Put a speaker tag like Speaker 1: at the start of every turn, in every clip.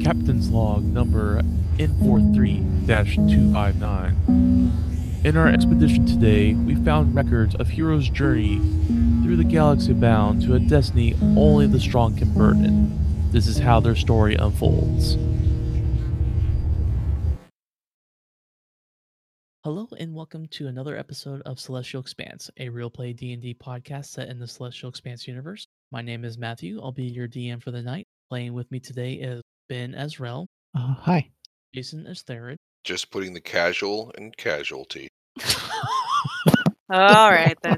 Speaker 1: Captain's Log number N43 259. In our expedition today, we found records of heroes' journey through the galaxy bound to a destiny only the strong can burden. This is how their story unfolds. Hello and welcome to another episode of Celestial Expanse, a real play D&D podcast set in the Celestial Expanse universe. My name is Matthew. I'll be your DM for the night. Playing with me today is Ben as Rel,
Speaker 2: Uh, hi.
Speaker 1: Jason as Therid,
Speaker 3: Just putting the casual and casualty.
Speaker 4: All right then.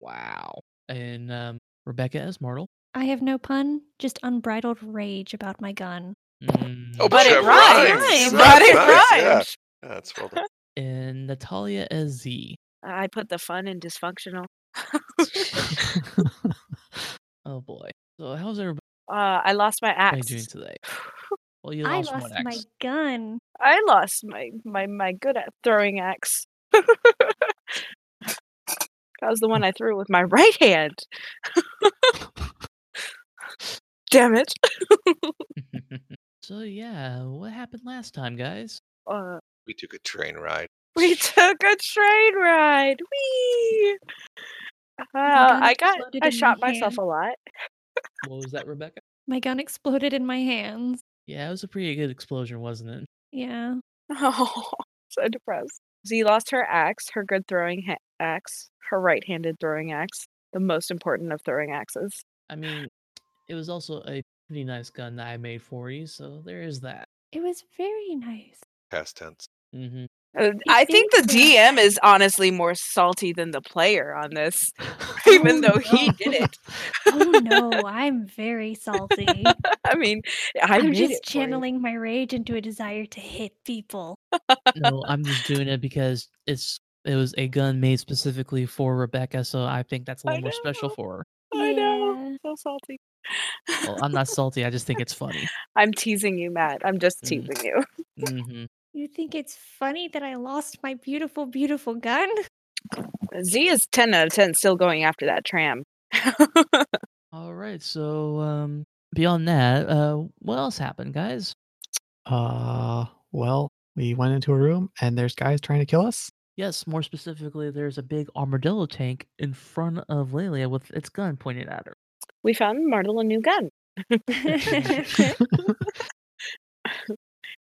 Speaker 2: Wow.
Speaker 1: and um, Rebecca as Mortal.
Speaker 5: I have no pun, just unbridled rage about my gun.
Speaker 1: Mm,
Speaker 3: Oh,
Speaker 4: But it
Speaker 3: Chevron
Speaker 4: rhymes.
Speaker 3: rhymes.
Speaker 4: But
Speaker 3: That's
Speaker 4: it
Speaker 3: nice, yeah.
Speaker 4: rhymes.
Speaker 3: Yeah, That's well done.
Speaker 1: And Natalia as Z.
Speaker 4: I put the fun in dysfunctional.
Speaker 1: oh boy. So how's everybody
Speaker 4: uh, I lost my axe.
Speaker 1: doing today? Well, you
Speaker 5: I
Speaker 1: lost,
Speaker 5: lost
Speaker 1: one
Speaker 5: my
Speaker 1: X.
Speaker 5: gun.
Speaker 4: I lost my my my good at throwing axe. that was the one I threw with my right hand. Damn it!
Speaker 1: so yeah, what happened last time, guys?
Speaker 4: Uh,
Speaker 3: We took a train ride.
Speaker 4: we took a train ride. Wee! Uh,
Speaker 5: gun
Speaker 4: I got.
Speaker 5: exploded
Speaker 4: I
Speaker 5: in my
Speaker 4: shot myself
Speaker 5: hand.
Speaker 4: a lot.
Speaker 1: What was that, Rebecca?
Speaker 5: My gun exploded in my hands.
Speaker 1: Yeah, it was a pretty good explosion, wasn't it?
Speaker 5: Yeah.
Speaker 4: Oh, so depressed. Z lost her axe, her good throwing ha- axe, her right-handed throwing axe, the most important of throwing axes.
Speaker 1: I mean, it was also a pretty nice gun that I made for you, so there is that.
Speaker 5: It was very nice.
Speaker 3: Past tense.
Speaker 1: hmm
Speaker 4: Uh, I think the
Speaker 5: think, yeah.
Speaker 4: DM is honestly more salty than the player on this, even
Speaker 5: Oh,
Speaker 4: though he did it.
Speaker 5: Oh no, I'm very salty.
Speaker 4: I mean, I
Speaker 5: I'm
Speaker 4: made
Speaker 5: just
Speaker 4: it for you.
Speaker 5: channeling my rage into a desire to hit people.
Speaker 1: no, I'm just doing it because it's it was a gun made specifically for Rebecca, so I think that's a
Speaker 4: I
Speaker 1: little more special
Speaker 4: know.
Speaker 1: for her.
Speaker 4: I know,
Speaker 5: Yeah.
Speaker 4: so salty.
Speaker 1: Well, I'm not salty. I just think it's funny.
Speaker 4: I'm teasing you, Matt. I'm just
Speaker 1: Mm.
Speaker 4: teasing you.
Speaker 1: hmm
Speaker 5: You think it's funny that I lost my beautiful, beautiful gun?
Speaker 4: Z is ten out of ten, still going after that tram.
Speaker 1: All right. So um, beyond that, uh, what else happened, guys?
Speaker 2: Uh, well, we went into a room and there's guys trying to kill us.
Speaker 1: Yes, more specifically, there's a big armadillo tank in front of Lelia with its gun pointed at her.
Speaker 4: we found Martel a new gun.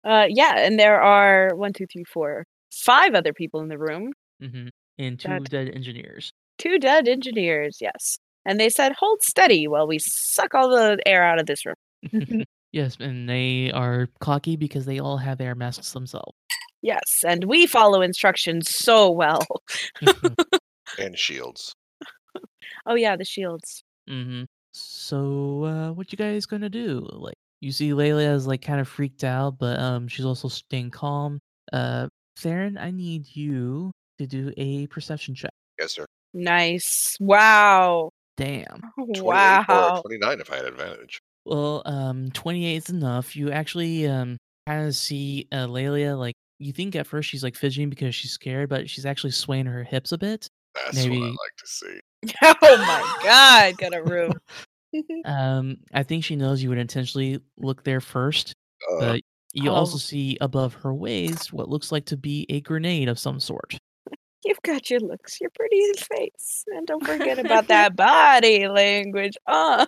Speaker 4: Uh, yeah, and there are one, two, three, four, five other people in the room.
Speaker 1: Mm-hmm. And two
Speaker 4: That-
Speaker 1: dead engineers.
Speaker 4: Two dead engineers, yes. And they said, "Hold steady while we suck all the air out of this room."
Speaker 1: yes, and they are cocky because they all have air masks themselves.
Speaker 4: Yes, and we follow instructions so well.
Speaker 3: And shields.
Speaker 4: Oh yeah, the shields.
Speaker 1: Mm-hmm. So, uh, what you guys gonna do? Like, you see Layla is like kind of freaked out, but um, she's also staying calm. Uh, Theron, I need you to do a perception check.
Speaker 3: Yes, sir.
Speaker 4: Nice. Wow.
Speaker 1: Damn.
Speaker 3: 28
Speaker 4: Wow.
Speaker 3: Or 29 uh, if I had advantage.
Speaker 1: Well, um, 28 is enough. You actually um kind of see uh, Layla like you think at first she's like fidgeting because she's scared, but she's actually swaying her hips a bit.
Speaker 3: That's
Speaker 1: Maybe-
Speaker 3: what I like to see.
Speaker 4: Oh my God, got a room.
Speaker 1: Um, I think she knows you would intentionally look there first.
Speaker 3: Uh,
Speaker 1: But you
Speaker 4: Oh.
Speaker 1: also see above her waist what looks like to be a grenade of some sort.
Speaker 4: You've got your looks, your pretty face, and don't forget about that body language. Uh.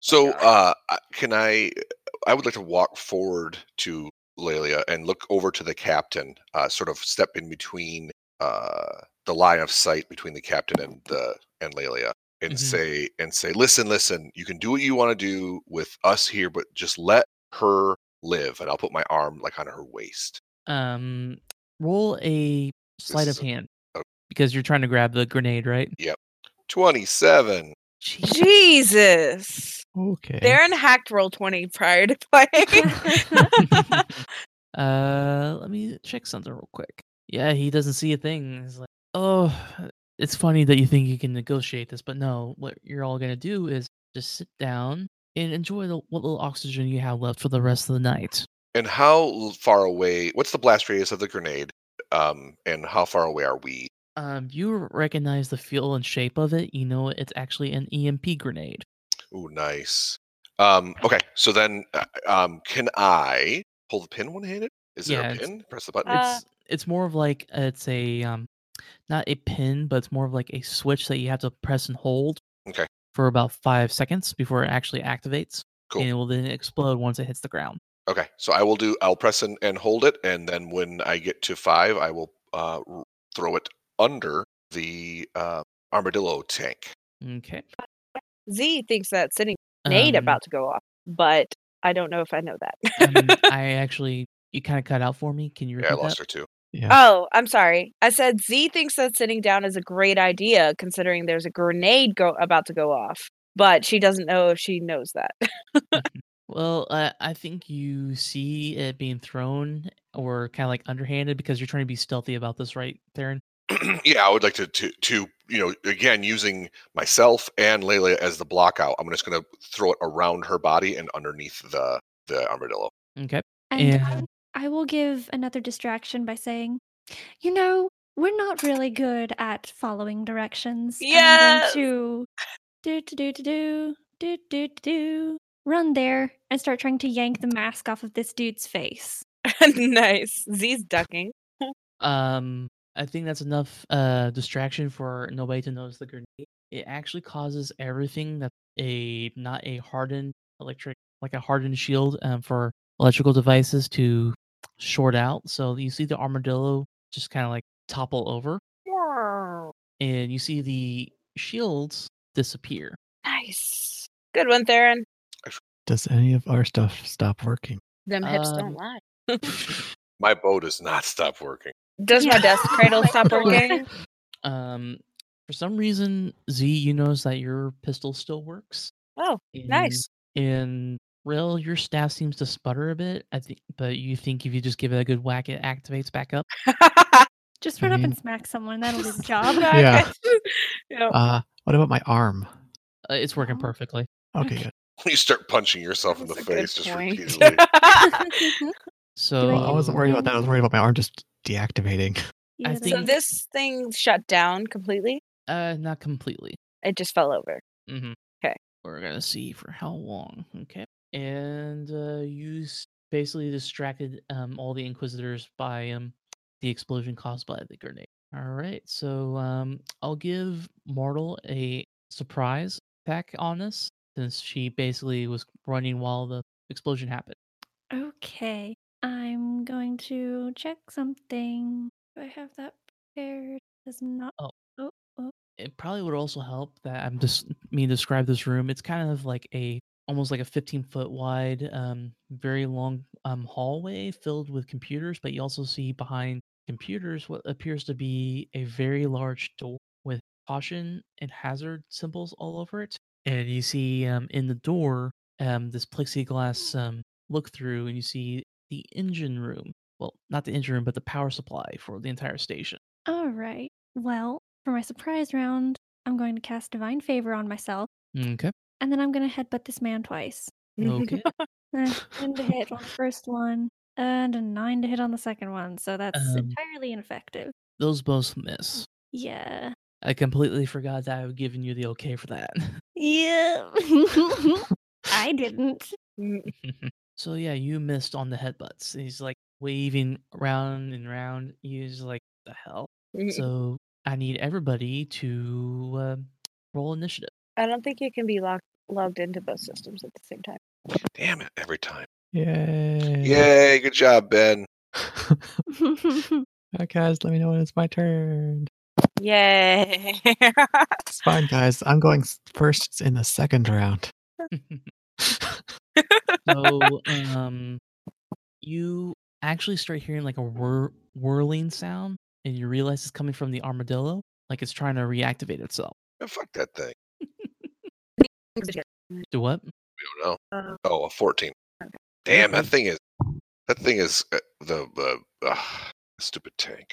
Speaker 3: so, uh, I- can I? I would like to walk forward to Lelia and look over to the captain, uh, sort of step in between uh, the line of sight between the captain and the and Lelia, and
Speaker 1: Mhm.
Speaker 3: say and say, listen, listen, you can do what you want to do with us here, but just let her live. And I'll put my arm like on her waist.
Speaker 1: Um, roll a sleight of
Speaker 3: is-
Speaker 1: hand
Speaker 3: oh.
Speaker 1: because you're trying to grab the grenade, right?
Speaker 3: Twenty-seven.
Speaker 1: Jeez.
Speaker 4: Jesus.
Speaker 2: Okay.
Speaker 4: Darren hacked roll 20 prior to playing.
Speaker 1: uh, let me check something real quick. Yeah, he doesn't see a thing. He's like, oh, it's funny that you think you can negotiate this, but no, what you're all gonna do is just sit down and enjoy the, what little oxygen you have left for the rest of the night.
Speaker 3: And how l- far away? What's the blast radius of the grenade? Um, and how far away are we?
Speaker 1: Um, you recognize E the feel and shape of it. You know it's actually an EMP grenade.
Speaker 3: Ooh, nice. Um, okay, so then uh, um, can I pull the pin one handed? Is there
Speaker 1: Yeah,
Speaker 3: a
Speaker 1: it's-
Speaker 3: pin? Press the button.
Speaker 4: Uh,
Speaker 1: it's it's more of like it's a um not a pin but it's more of like a switch that you have to press and hold
Speaker 3: Okay.
Speaker 1: for about five seconds before it actually activates
Speaker 3: Cool.
Speaker 1: and it will then explode once it hits the ground
Speaker 3: Okay, so I will do. I'll press and, and hold it, and then when I get to five, I will uh, r- throw it under the uh, armadillo tank.
Speaker 1: okay
Speaker 4: Z thinks that sitting nade
Speaker 1: Um,
Speaker 4: about to go off, but I don't know if I know that.
Speaker 1: um, i actually you kind of cut out for me can you repeat
Speaker 3: Yeah, I lost
Speaker 1: that
Speaker 3: her too.
Speaker 2: Yeah.
Speaker 4: Oh, I'm sorry. I said Z thinks that sitting down is a great idea considering there's a grenade go about to go off, but she doesn't know if she knows that.
Speaker 1: well uh, i think you see it being thrown or kind of like underhanded because you're trying to be stealthy about this right theron
Speaker 3: yeah, I would like to, to to you know again using myself and Leila as the block out. I'm just going to throw it around her body and underneath the the armadillo.
Speaker 1: okay
Speaker 5: And I
Speaker 1: Yeah.
Speaker 5: w- I will give another distraction by saying, you know, we're not really good at following directions. and I'm
Speaker 4: Yes.
Speaker 5: going to do to do to do do do to do run there and start trying to yank the mask off of this dude's face.
Speaker 4: nice. Z's ducking.
Speaker 1: Um, I think that's enough uh distraction for nobody to notice the grenade. It actually causes everything that's a not a hardened electric like a hardened shield um, for electrical devices to short out. So you see the armadillo just kind of like topple over, and you see the shields disappear.
Speaker 4: Nice. Good one, Theron.
Speaker 2: Does any of our stuff stop working?
Speaker 4: Them hips
Speaker 1: Um,
Speaker 4: don't lie.
Speaker 3: My bow does not stop working.
Speaker 4: Does my
Speaker 5: Yeah.
Speaker 4: desk cradle
Speaker 5: My
Speaker 4: stop
Speaker 5: God.
Speaker 4: working?
Speaker 1: Um, for some reason, Z, you notice that your pistol still works.
Speaker 4: Oh, nice.
Speaker 1: And Rill, your staff seems to sputter a bit. I think, but you think if you just give it a good whack, it activates back up.
Speaker 5: Just
Speaker 2: I
Speaker 5: run
Speaker 1: Mm-hmm.
Speaker 5: up
Speaker 2: mean-
Speaker 5: and smack someone. That'll do the job.
Speaker 2: Yeah.
Speaker 4: Yeah.
Speaker 2: Uh, what about my arm?
Speaker 1: Uh, it's working
Speaker 5: Oh.
Speaker 1: perfectly.
Speaker 2: Okay, good.
Speaker 3: You start punching yourself in the
Speaker 4: That's a
Speaker 3: face
Speaker 4: good
Speaker 3: just
Speaker 4: point.
Speaker 3: repeatedly.
Speaker 1: So
Speaker 5: I
Speaker 2: Well, I wasn't worried about that. I was worried about my arm just deactivating.
Speaker 5: You
Speaker 1: I
Speaker 5: know,
Speaker 4: so
Speaker 1: think-
Speaker 4: this thing shut down completely.
Speaker 1: Uh, not completely.
Speaker 4: It just fell over.
Speaker 1: Mm-hmm.
Speaker 4: 'Kay.
Speaker 1: We're gonna see for how long. Okay. And uh, you s- basically distracted um all the inquisitors by um the explosion caused by the grenade. All right. So um I'll give Mortal a surprise attack on us since she basically was running while the explosion happened.
Speaker 5: Okay. I'm going to check something. Do I have that prepared? Does not.
Speaker 1: Oh.
Speaker 5: Oh, oh.
Speaker 1: It probably would also help that I'm just me describe this room. It's kind of like a almost like a 15 foot wide, um, very long um, hallway filled with computers, but you also see behind computers what appears to be a very large door with caution and hazard symbols all over it. And you see um, in the door um, this plexiglass um, look through, and you see the engine room. Well, not the engine room, but the power supply for the entire station.
Speaker 5: All right. Well, for my surprise round, I'm going to cast Divine Favor on myself,
Speaker 1: Okay.
Speaker 5: and then I'm going to headbutt this man twice.
Speaker 1: Okay.
Speaker 5: Uh, 10 to hit on the first one, and a 9 to hit on the second one, so that's
Speaker 1: Um,
Speaker 5: entirely ineffective.
Speaker 1: Those both miss.
Speaker 5: Yeah.
Speaker 1: I completely forgot that I had given you the okay for that.
Speaker 5: Yeah. I didn't.
Speaker 4: Mm,
Speaker 1: so yeah, you missed on the headbutts. He's like waving round and round. He's like, the hell.
Speaker 4: mm.
Speaker 1: So I need everybody to uh, roll initiative.
Speaker 4: I don't think it can be locked logged into both systems at the same time.
Speaker 3: Damn it every time.
Speaker 2: Yay.
Speaker 3: Yay! Good job, Ben.
Speaker 2: Alright, guys, let me know when it's my turn.
Speaker 4: Yay.
Speaker 2: It's fine, guys. I'm going s- first in the second round.
Speaker 1: so um, you actually start hearing like a whir- whirling sound, and you realize it's coming from the armadillo, like it's trying to reactivate itself.
Speaker 3: Oh, fuck that thing.
Speaker 1: Do what?
Speaker 3: We don't know. Oh, a fourteen. Damn,
Speaker 4: Mm-hmm.
Speaker 3: that thing is. That thing is uh, the uh, uh, stupid tank.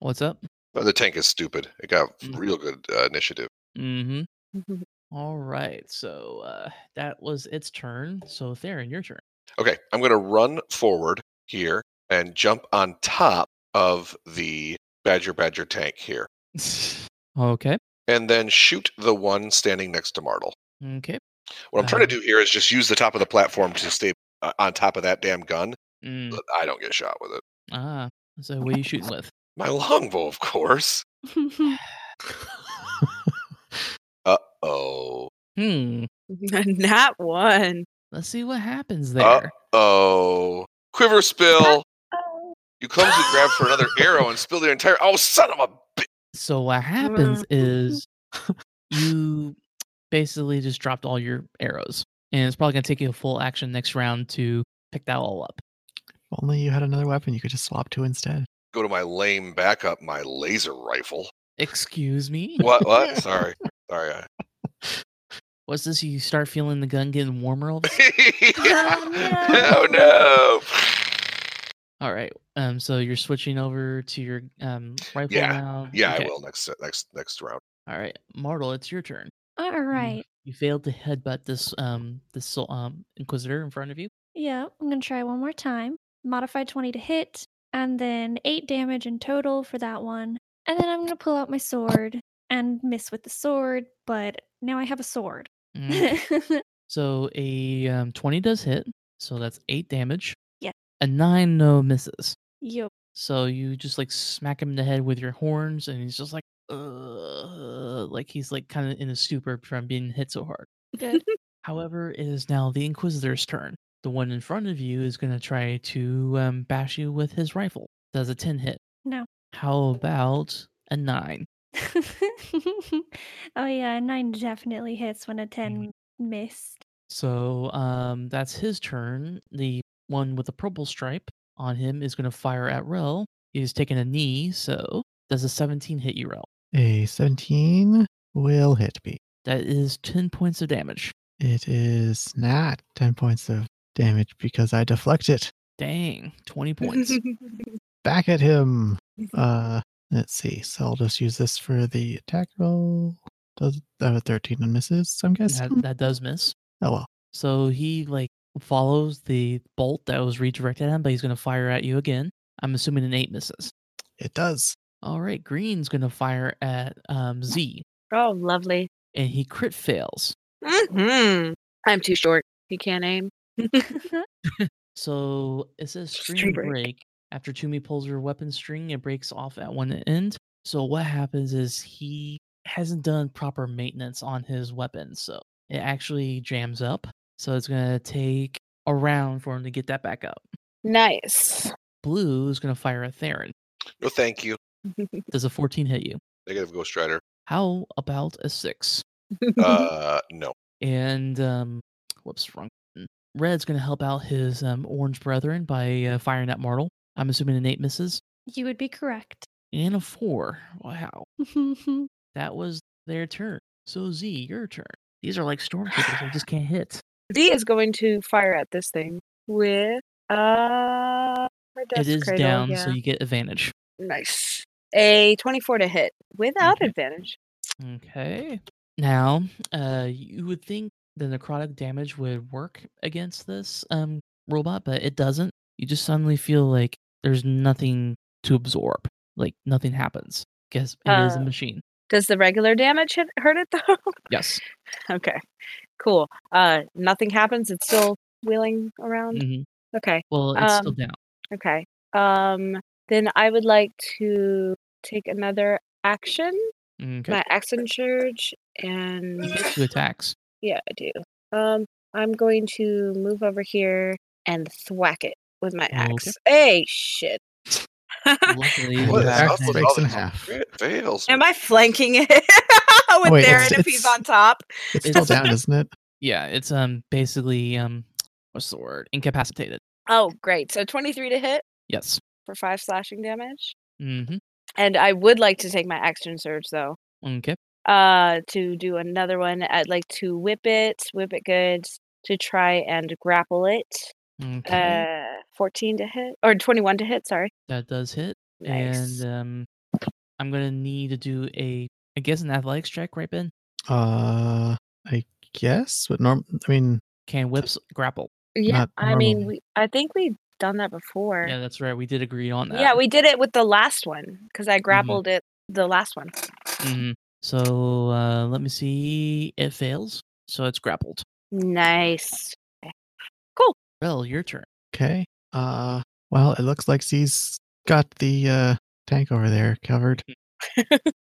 Speaker 1: What's up?
Speaker 3: Oh, the tank is stupid. It got
Speaker 4: Mm-hmm.
Speaker 1: Mhm.
Speaker 3: real good uh, initiative.
Speaker 1: Mm-hmm. All right, so uh, that was its turn. So Theron, your turn.
Speaker 3: Okay, I'm going to run forward here and jump on top of the Badger Badger tank here,
Speaker 1: okay,
Speaker 3: and then shoot the one standing next to Martle.
Speaker 1: okay.
Speaker 3: What I'm trying to
Speaker 1: Um,
Speaker 3: do
Speaker 4: Uh-huh.
Speaker 3: here is just use the top of the platform to stay uh, on top of that damn gun.
Speaker 1: Mm,
Speaker 3: But I don't get shot with it.
Speaker 1: ah, so what are you shooting with?
Speaker 3: My longbow, of course. Oh,
Speaker 1: Hmm.
Speaker 4: Not one.
Speaker 1: Let's see what happens
Speaker 3: Uh,
Speaker 1: there.
Speaker 3: oh, quiver spill.
Speaker 5: Oh.
Speaker 3: You clumsily grab for another arrow and spill the entire. Oh, son of a. bi-
Speaker 1: So what happens is you basically just dropped all your arrows, and it's probably gonna take you a full action next round to pick that all up.
Speaker 2: If only you had another weapon you could just swap to instead.
Speaker 3: Go to my lame backup, my laser rifle.
Speaker 1: Excuse me.
Speaker 3: What? What? Sorry, sorry. I-
Speaker 1: What's this? You start feeling the gun getting warmer. All of a sudden?
Speaker 3: Oh no!
Speaker 1: all right. Um. So you're switching over to your um rifle
Speaker 3: Yeah.
Speaker 1: now.
Speaker 3: Yeah,
Speaker 1: Okay.
Speaker 3: I will next next next round.
Speaker 1: All right, Martle, it's your turn.
Speaker 5: All right.
Speaker 1: You failed to headbutt this um this sol- um inquisitor in front of you.
Speaker 5: Yeah, I'm going to try one more time. Modified 20 to hit, and then 8 damage in total for that one. And then I'm going to pull out my sword and miss with the sword, but now I have a sword.
Speaker 1: Mm. So a um, 20 does hit. So that's eight damage.
Speaker 5: Yeah.
Speaker 1: A nine no misses.
Speaker 5: Yup.
Speaker 1: So you just like smack him in the head with your horns, and he's just like, uh, like he's like kind of in a stupor from being hit so hard.
Speaker 5: Good.
Speaker 1: However, it is now the inquisitor's turn. The one in front of you is going to try to um, bash you with his rifle. Does a 10 hit?
Speaker 5: No.
Speaker 1: How about a nine?
Speaker 5: oh, yeah, 9 definitely hits when a 10 missed.
Speaker 1: So um, that's his turn. The one with the purple stripe on him is going to fire at Rel. He's taking a knee, so does a 17 hit you, Rel?
Speaker 2: A 17 will hit me.
Speaker 1: That is 10 points of damage.
Speaker 2: It is not 10 points of damage because I deflect it
Speaker 1: Dang, 20 points.
Speaker 2: back at him. Uh, let's see. So I'll just use this for the attack roll. Does uh, 13 and misses, I'm guessing.
Speaker 1: that, that does miss.
Speaker 2: Oh well.
Speaker 1: So he like follows the bolt that was redirected at him, but he's going to fire at you again. I'm assuming an 8 misses.
Speaker 2: It does.
Speaker 1: All right, Green's going to fire at um, Z,
Speaker 4: oh, lovely.
Speaker 1: and he crit fails.
Speaker 4: hmm I'm too short. You can't aim.
Speaker 1: So it says string,
Speaker 4: String
Speaker 1: break.
Speaker 4: break.
Speaker 1: After Toomey pulls her weapon string, it breaks off at one end. So what happens is he hasn't done proper maintenance on his weapon, so it actually jams up. So it's gonna take a round for him to get that back up.
Speaker 4: Nice.
Speaker 1: Blue is gonna fire at Theron.
Speaker 3: No, thank you.
Speaker 1: Does a 14 hit you?
Speaker 3: Negative Ghost Rider.
Speaker 1: How about a six?
Speaker 4: Mm-hmm.
Speaker 3: Uh, no.
Speaker 1: And um, whoops, wrong. button. Red's gonna help out his um, orange brethren by uh, firing at Martle. I'm assuming an eight misses
Speaker 5: you would be correct.
Speaker 1: and a four. Wow. that was their turn. So Z, your turn. These are like stormtroopers. I just can't hit.
Speaker 4: D is going to fire at this thing with uh. her death's
Speaker 1: it is
Speaker 4: cradle,
Speaker 1: down,
Speaker 4: yeah.
Speaker 1: so you get advantage.
Speaker 4: Nice. A 24 to hit without
Speaker 1: Okay.
Speaker 4: advantage.
Speaker 1: Okay. Now, uh, you would think the necrotic damage would work against this um robot, but it doesn't. You just suddenly feel like there's nothing to absorb. Like nothing happens. Guess it is a
Speaker 4: Uh,
Speaker 1: machine.
Speaker 4: Does the regular damage hit, hurt it though?
Speaker 1: Yes.
Speaker 4: okay. Cool. Uh nothing happens. It's still wheeling around.
Speaker 1: Mhm.
Speaker 4: Okay.
Speaker 1: Well, it's still
Speaker 4: Um,
Speaker 1: down.
Speaker 4: Okay. Um then I would like to take another action.
Speaker 1: Mm, Okay.
Speaker 4: My action surge and
Speaker 1: You get two attacks.
Speaker 4: yeah, I do. Um I'm going to move over here and thwack it with my
Speaker 1: Okay.
Speaker 4: axe. Hey shit.
Speaker 1: Luckily, you
Speaker 3: What is
Speaker 1: have
Speaker 2: axe
Speaker 3: up with
Speaker 2: breaks
Speaker 3: all
Speaker 2: in
Speaker 3: these
Speaker 2: half.
Speaker 3: crit fails?
Speaker 4: Am I flanking it with
Speaker 2: Wait,
Speaker 4: Darren
Speaker 2: it's-
Speaker 4: if he's
Speaker 2: it's-
Speaker 4: on top?
Speaker 2: It's still
Speaker 1: It's-
Speaker 2: down, isn't it?
Speaker 1: Yeah, it's um basically um what's the word? Incapacitated.
Speaker 4: Oh, great. So 23 to hit
Speaker 1: Yes.
Speaker 4: for five slashing damage.
Speaker 1: Mm-hmm.
Speaker 4: And I would like to take my action surge though.
Speaker 1: Okay.
Speaker 4: Uh to do another one. I'd like to whip it, whip it good to try and grapple it.
Speaker 1: Okay.
Speaker 4: Uh 14 to hit or 21 to hit, sorry.
Speaker 1: that does hit.
Speaker 4: Nice.
Speaker 1: And um I'm gonna need to do a I guess an athletics check, right, Ben?
Speaker 2: Uh, I guess. But norm. I mean,
Speaker 1: Can whips grapple.
Speaker 4: yeah,
Speaker 2: not
Speaker 4: I mean,
Speaker 2: normally.
Speaker 4: we I think we've done that before.
Speaker 1: Yeah,
Speaker 4: Yeah,
Speaker 1: that's right. We did agree on that. Mm-hmm.
Speaker 4: we did it with the last one cuz I grappled it the last one.
Speaker 1: Mhm. So uh let me see. It fails. So it's grappled.
Speaker 4: Nice.
Speaker 1: Rel, your turn.
Speaker 2: Okay. Uh, well, it looks like she's got the uh, tank over there covered.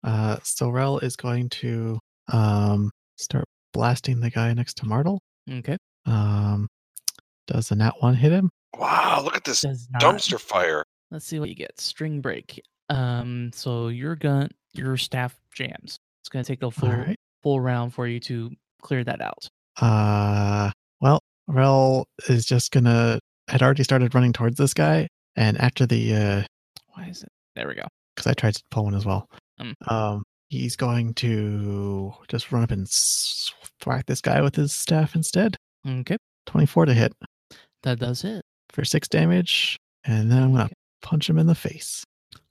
Speaker 2: uh, so Rel is going to um, start blasting the guy next to Martle.
Speaker 1: Okay.
Speaker 2: Um, does the nat one hit him?
Speaker 3: Wow, look at this
Speaker 1: Does not.
Speaker 3: dumpster fire.
Speaker 1: Let's see what you get. String break. Um, so your gun, your staff jams. It's gonna take a full
Speaker 2: All right.
Speaker 1: full round for you to clear that out.
Speaker 2: Uh, well, Rel is just gonna had already started running towards this guy, and after the uh,
Speaker 1: Why is it? There we go.
Speaker 2: because I tried to pull one as well.
Speaker 1: Mm.
Speaker 2: Um, he's going to just run up and s- thwack this guy with his staff instead.
Speaker 1: Okay.
Speaker 2: 24 to hit
Speaker 1: That does it.
Speaker 2: for six damage, and then I'm gonna
Speaker 1: Okay.
Speaker 2: punch him in the face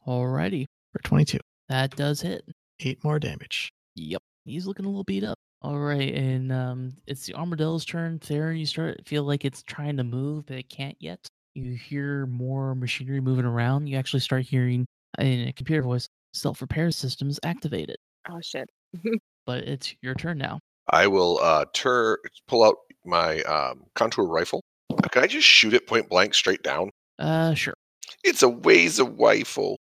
Speaker 1: Alrighty.
Speaker 2: for 22.
Speaker 1: That does hit.
Speaker 2: Eight more damage.
Speaker 1: Yep. He's looking a little beat up. All right, and um, it's the armadillo's turn. There, you start feel like it's trying to move, but it can't yet. You hear more machinery moving around. You actually start hearing in a computer voice, "Self repair systems activated."
Speaker 4: Oh shit.
Speaker 1: But it's your turn now.
Speaker 3: I will uh tur pull out my um, contour rifle. Uh, Can I just shoot it point blank straight down?
Speaker 1: Uh, sure.
Speaker 3: It's a ways a rifle.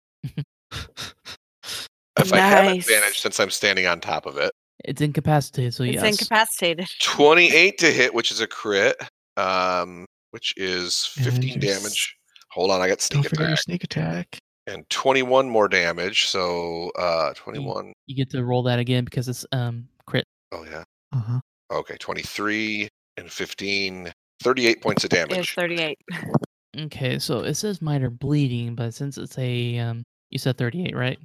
Speaker 3: If I have
Speaker 4: Nice.
Speaker 3: advantage since I'm standing on top of it.
Speaker 1: It's incapacitated, so
Speaker 4: It's
Speaker 1: yes.
Speaker 4: incapacitated.
Speaker 3: 28 to hit, which is a crit. Um, which is 15
Speaker 2: And your s-
Speaker 3: damage. Hold on, I got
Speaker 2: Don't
Speaker 3: sneak
Speaker 2: forget your
Speaker 3: attack.
Speaker 2: sneak attack.
Speaker 3: And 21 more damage. So uh 21.
Speaker 1: you get to roll that again because it's um crit.
Speaker 3: Oh yeah.
Speaker 2: Uh huh.
Speaker 3: Okay, 23 and 15. 38 points of
Speaker 4: It's
Speaker 3: damage.
Speaker 4: 38.
Speaker 1: Okay, so it says minor bleeding, but since it's a um, you said thirty-eight, right?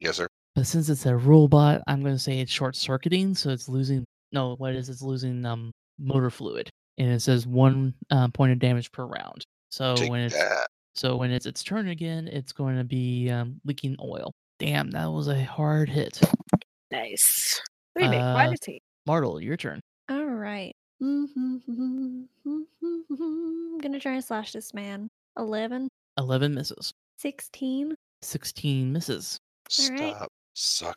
Speaker 3: Yes, sir.
Speaker 1: But since it's a robot, I'm going to say it's short circuiting, so it's losing. No, what it is It's losing um motor fluid, and it says one uh, point of damage per round. So
Speaker 3: Take
Speaker 1: Oh, when it's
Speaker 3: that.
Speaker 1: so when it's its turn again, it's going to be um, leaking oil. Damn, that was a hard hit.
Speaker 4: Nice. Really, why
Speaker 1: Uh,
Speaker 4: does he?
Speaker 1: Martle, your turn.
Speaker 5: All right. I'm gonna try and slash this man. 11,
Speaker 1: Eleven misses.
Speaker 5: 16.
Speaker 1: Sixteen misses.
Speaker 5: all right.
Speaker 3: Stop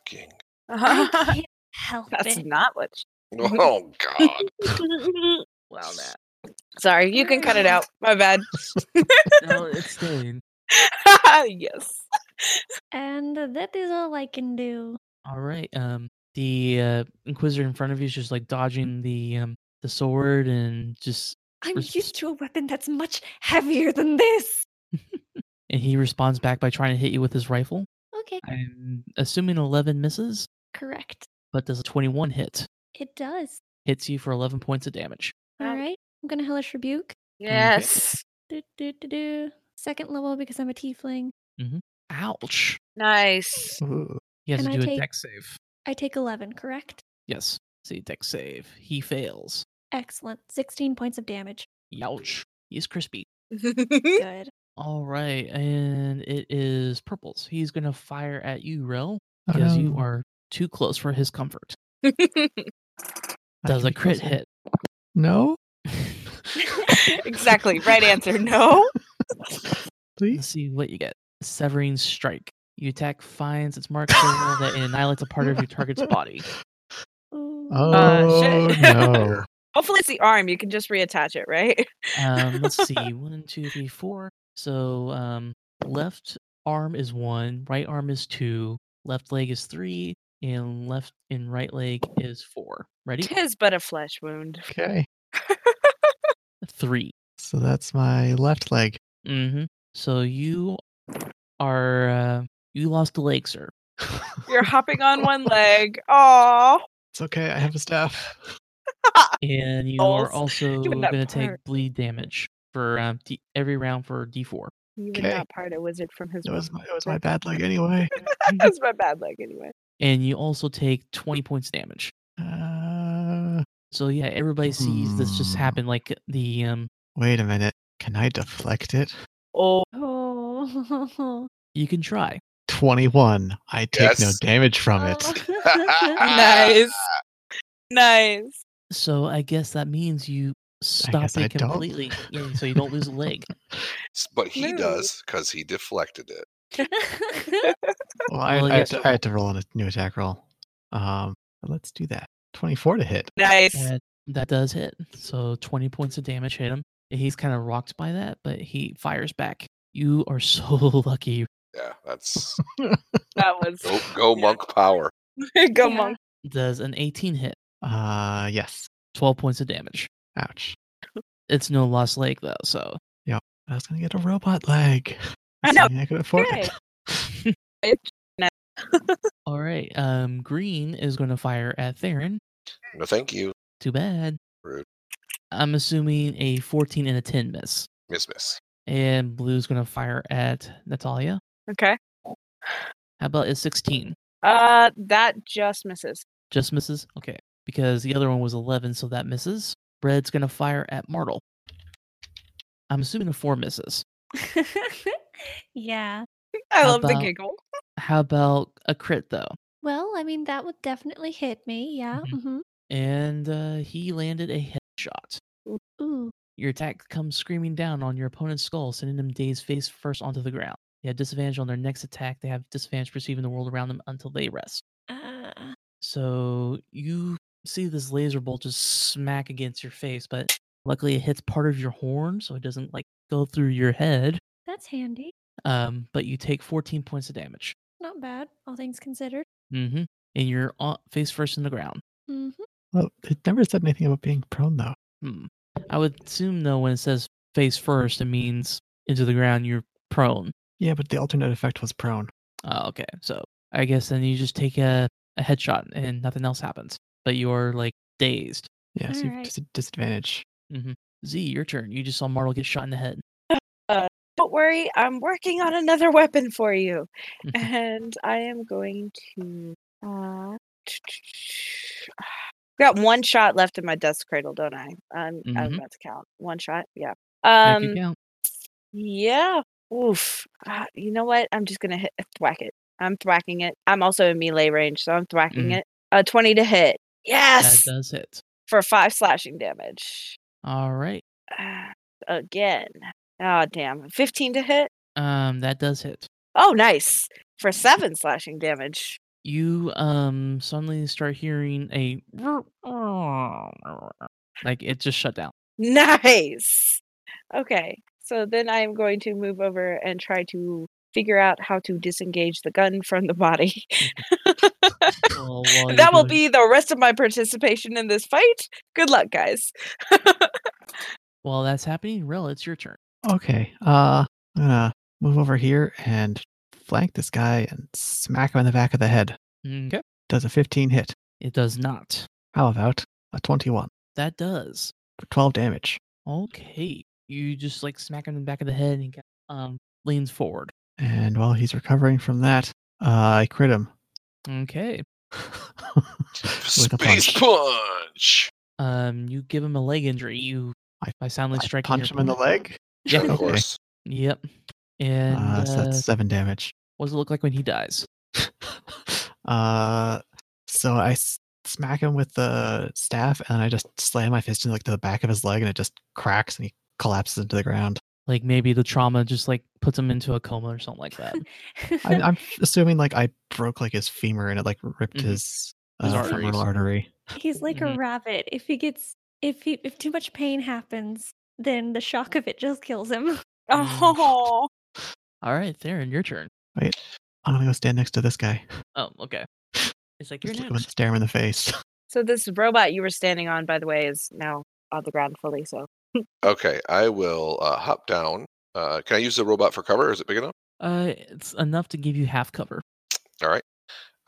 Speaker 3: sucking.
Speaker 5: I can't help
Speaker 4: That's
Speaker 5: it.
Speaker 4: not what.
Speaker 3: Oh god.
Speaker 4: She... well, that. Sorry, you can cut it out. My bad.
Speaker 1: No, it's staying.
Speaker 4: yes.
Speaker 5: And that is all I can do.
Speaker 1: All right. Um, the uh, inquisitor in front of you is just like dodging the um the sword and just
Speaker 5: I'm
Speaker 1: Res-
Speaker 5: used to a weapon that's much heavier than this.
Speaker 1: and he responds back by trying to hit you with his rifle.
Speaker 5: Okay,
Speaker 1: I'm assuming eleven misses,
Speaker 5: correct.
Speaker 1: but does a twenty-one hit?
Speaker 5: It does.
Speaker 1: Hits you for eleven points of damage.
Speaker 5: All
Speaker 4: Um,
Speaker 5: right. I'm gonna hellish rebuke.
Speaker 4: Yes.
Speaker 5: Do, do, do, do. Second level because I'm a tiefling.
Speaker 1: Ouch!
Speaker 4: Nice.
Speaker 2: Ooh.
Speaker 1: He has
Speaker 5: And
Speaker 1: to
Speaker 5: I
Speaker 1: do a
Speaker 5: take-
Speaker 1: deck save.
Speaker 5: I take 11, correct?
Speaker 1: Yes. See deck save. He fails.
Speaker 5: Excellent. 16 points of damage.
Speaker 1: Youch! He's crispy.
Speaker 5: Good.
Speaker 1: All right, and it is purples. He's gonna fire at you, Rel,
Speaker 2: Oh,
Speaker 1: because you
Speaker 2: no.
Speaker 1: are too close for his comfort.
Speaker 2: I
Speaker 1: Does
Speaker 2: can
Speaker 1: a
Speaker 2: be
Speaker 1: crit
Speaker 2: closer.
Speaker 1: hit?
Speaker 2: No,
Speaker 4: exactly. Right answer. No.
Speaker 2: please.
Speaker 1: Let's see what you get. Severing strike. You attack finds its mark signal that it annihilates a part of your target's body.
Speaker 5: Ooh.
Speaker 2: Oh
Speaker 4: Uh, shit.
Speaker 2: no!
Speaker 4: Hopefully it's the arm. You can just reattach it, right?
Speaker 1: Um, let's see. One, two, three, four. So um, left arm is one, right arm is two, left leg is three, and left and right leg is four. Ready?
Speaker 4: Tis but a flesh wound.
Speaker 2: Okay,
Speaker 1: Three.
Speaker 2: so that's my left leg.
Speaker 1: Mm-hmm. So you are uh, you lost a leg, sir.
Speaker 4: You're hopping on one leg. Aw.
Speaker 2: It's okay. I have a staff.
Speaker 1: And you are also
Speaker 4: doing that
Speaker 1: gonna take
Speaker 4: part.
Speaker 1: bleed damage for um, d- every round for D four.
Speaker 4: You would
Speaker 2: Okay.
Speaker 4: not part a wizard from his.
Speaker 2: It was my,
Speaker 4: wound.
Speaker 2: it was my bad leg anyway.
Speaker 4: That was my bad leg anyway.
Speaker 1: and you also take 20 points damage.
Speaker 2: Uh,
Speaker 1: So yeah, everybody sees this just
Speaker 2: Hmm.
Speaker 1: happen. Like the um,
Speaker 2: wait a minute. Can I deflect it?
Speaker 4: Oh,
Speaker 5: Oh.
Speaker 1: you can try.
Speaker 2: 21. I take no
Speaker 3: Yes.
Speaker 2: damage from it.
Speaker 4: nice, nice.
Speaker 1: So I guess that means you stop
Speaker 2: guess I
Speaker 1: it
Speaker 2: don't.
Speaker 1: completely, yeah, so you don't lose a leg.
Speaker 3: S- But he
Speaker 4: No.
Speaker 3: does because he deflected it.
Speaker 2: Well, I,
Speaker 1: Well,
Speaker 2: I,
Speaker 1: yeah,
Speaker 2: had
Speaker 1: so-
Speaker 2: to, I had to roll on a new attack roll. Um, but let's do that. 24 to hit.
Speaker 4: Nice.
Speaker 1: That That does hit. So 20 points of damage hit him. He's kind of rocked by that, but he fires back. You are so lucky.
Speaker 3: Yeah, that's
Speaker 4: That was
Speaker 3: go, go
Speaker 4: Yeah.
Speaker 3: monk power.
Speaker 4: go
Speaker 5: Yeah.
Speaker 4: monk.
Speaker 1: Does an 18 hit,
Speaker 2: Uh, yes.
Speaker 1: 12 points of damage.
Speaker 2: Ouch.
Speaker 1: It's no lost leg, though, so
Speaker 2: I was gonna get a robot leg.
Speaker 4: I
Speaker 2: That's
Speaker 4: know.
Speaker 2: something I could afford
Speaker 4: Yay.
Speaker 2: it.
Speaker 1: All right. Um, Green is going to fire at Theron.
Speaker 3: No, thank you.
Speaker 1: Too bad.
Speaker 3: Rude.
Speaker 1: I'm assuming a 14 and a 10 miss.
Speaker 3: Miss, miss.
Speaker 1: And Blue's going to fire at Natalia.
Speaker 4: Okay.
Speaker 1: How about a 16?
Speaker 4: Uh, that just misses.
Speaker 1: Just misses? Okay. Because the other one was 11, so that misses. Red's going to fire at Martle. I'm assuming a 4 misses.
Speaker 5: yeah.
Speaker 4: I
Speaker 1: How
Speaker 4: love the
Speaker 1: about-
Speaker 4: giggle.
Speaker 1: How about a crit, though?
Speaker 5: Well, I mean, that would definitely hit me. Yeah. hmm
Speaker 1: And uh, he landed a headshot.
Speaker 5: mm-hmm. Ooh.
Speaker 1: Your attack comes screaming down on your opponent's skull, sending them dazed face first onto the ground. They have disadvantage on their next attack. They have disadvantage perceiving the world around them until they rest.
Speaker 5: Uh,
Speaker 1: So you see this laser bolt just smack against your face, but luckily it hits part of your horn, so it doesn't like go through your head.
Speaker 5: that's handy.
Speaker 1: Um, but you take 14 points of damage.
Speaker 5: Not bad, all things considered.
Speaker 1: Mm-hmm. And you're on, face first in the ground.
Speaker 5: hmm
Speaker 2: well, Oh, it never said anything about being prone though.
Speaker 1: Hmm. I would assume though when it says face first, it means into the ground. You're prone.
Speaker 2: Yeah, but the alternate effect was prone.
Speaker 1: Oh, okay. So I guess then you just take a, a headshot and nothing else happens. But you're like dazed.
Speaker 2: Yeah, so you have
Speaker 5: Alright.
Speaker 2: dis- disadvantage.
Speaker 1: Z, your turn. You just saw Martle get shot in the head.
Speaker 4: Don't worry, I'm working on another weapon for you. and I am going to. Uh, got one shot left in my death cradle, don't I? I'm, I'm
Speaker 1: Mhm.
Speaker 4: about to count. One shot, yeah.
Speaker 1: If you
Speaker 4: Um,
Speaker 1: count.
Speaker 4: yeah. Oof. Ah, you know what? I'm just gonna hit thwack it. I'm thwacking it. I'm also in melee range, so I'm thwacking
Speaker 1: Mhm.
Speaker 4: it. Uh, twenty to hit. Yes,
Speaker 1: That does hit.
Speaker 4: for five slashing damage.
Speaker 1: All right.
Speaker 4: Ah, again. Oh damn. Fifteen to hit.
Speaker 1: Um, that does hit.
Speaker 4: Oh, nice for seven slashing damage.
Speaker 1: You um suddenly start hearing a like it just shut down.
Speaker 4: Nice. Okay. So then I am going to move over and try to figure out how to disengage the gun from the body.
Speaker 1: Well, Oh, while
Speaker 4: that
Speaker 1: you're
Speaker 4: will
Speaker 1: doing-
Speaker 4: be the rest of my participation in this fight. Good luck, guys.
Speaker 1: while that's happening. Rel, it's your turn.
Speaker 2: Okay. Uh, I'm gonna move over here and flank this guy and smack him in the back of the head.
Speaker 1: Okay.
Speaker 2: Does a 15 hit?
Speaker 1: Mm, It does not.
Speaker 2: How about a 21
Speaker 1: That does.
Speaker 2: for 12 damage?
Speaker 1: Okay. You just like smack him in the back of the head and he ki- um leans forward.
Speaker 2: And while he's recovering from that, uh, I crit him.
Speaker 1: Okay.
Speaker 2: With a punch.
Speaker 3: Space punch.
Speaker 1: Um, you give him a leg injury. You
Speaker 2: I-
Speaker 1: by soundly
Speaker 2: I
Speaker 1: striking
Speaker 2: punch
Speaker 1: your
Speaker 2: him in the
Speaker 1: opponent.
Speaker 2: leg.
Speaker 1: Yeah.
Speaker 3: Of
Speaker 2: Okay.
Speaker 3: course.
Speaker 1: Yep. And
Speaker 2: uh, so
Speaker 1: uh,
Speaker 2: that's seven damage.
Speaker 1: what does it look like when he dies?
Speaker 2: uh, so I s- smack him with the staff, and I just slam my fist into like the back of his leg, and it just cracks, and he collapses into the ground.
Speaker 1: Like maybe the trauma just like puts him into a coma or something like that.
Speaker 2: I, I'm assuming like I broke like his femur, and it like ripped
Speaker 1: Mhm.
Speaker 2: his,
Speaker 1: His
Speaker 2: uh, femoral
Speaker 1: arteries.
Speaker 2: artery.
Speaker 5: He's like
Speaker 1: Mhm.
Speaker 5: a rabbit. If he gets, if he, if too much pain happens, then the shock of it just kills him.
Speaker 1: Mm.
Speaker 4: Oh,
Speaker 1: All right, Theron, your turn.
Speaker 2: I'm gonna go stand next to this guy.
Speaker 1: Oh, okay. It's like you're
Speaker 2: Just look him and
Speaker 1: next.
Speaker 2: stare him in the face.
Speaker 4: so this robot you were standing on, by the way, is now on the ground fully. So
Speaker 3: Okay, I will uh, hop down. Uh, can I use the robot for cover? Is it big enough?
Speaker 1: Uh, it's enough to give you half cover.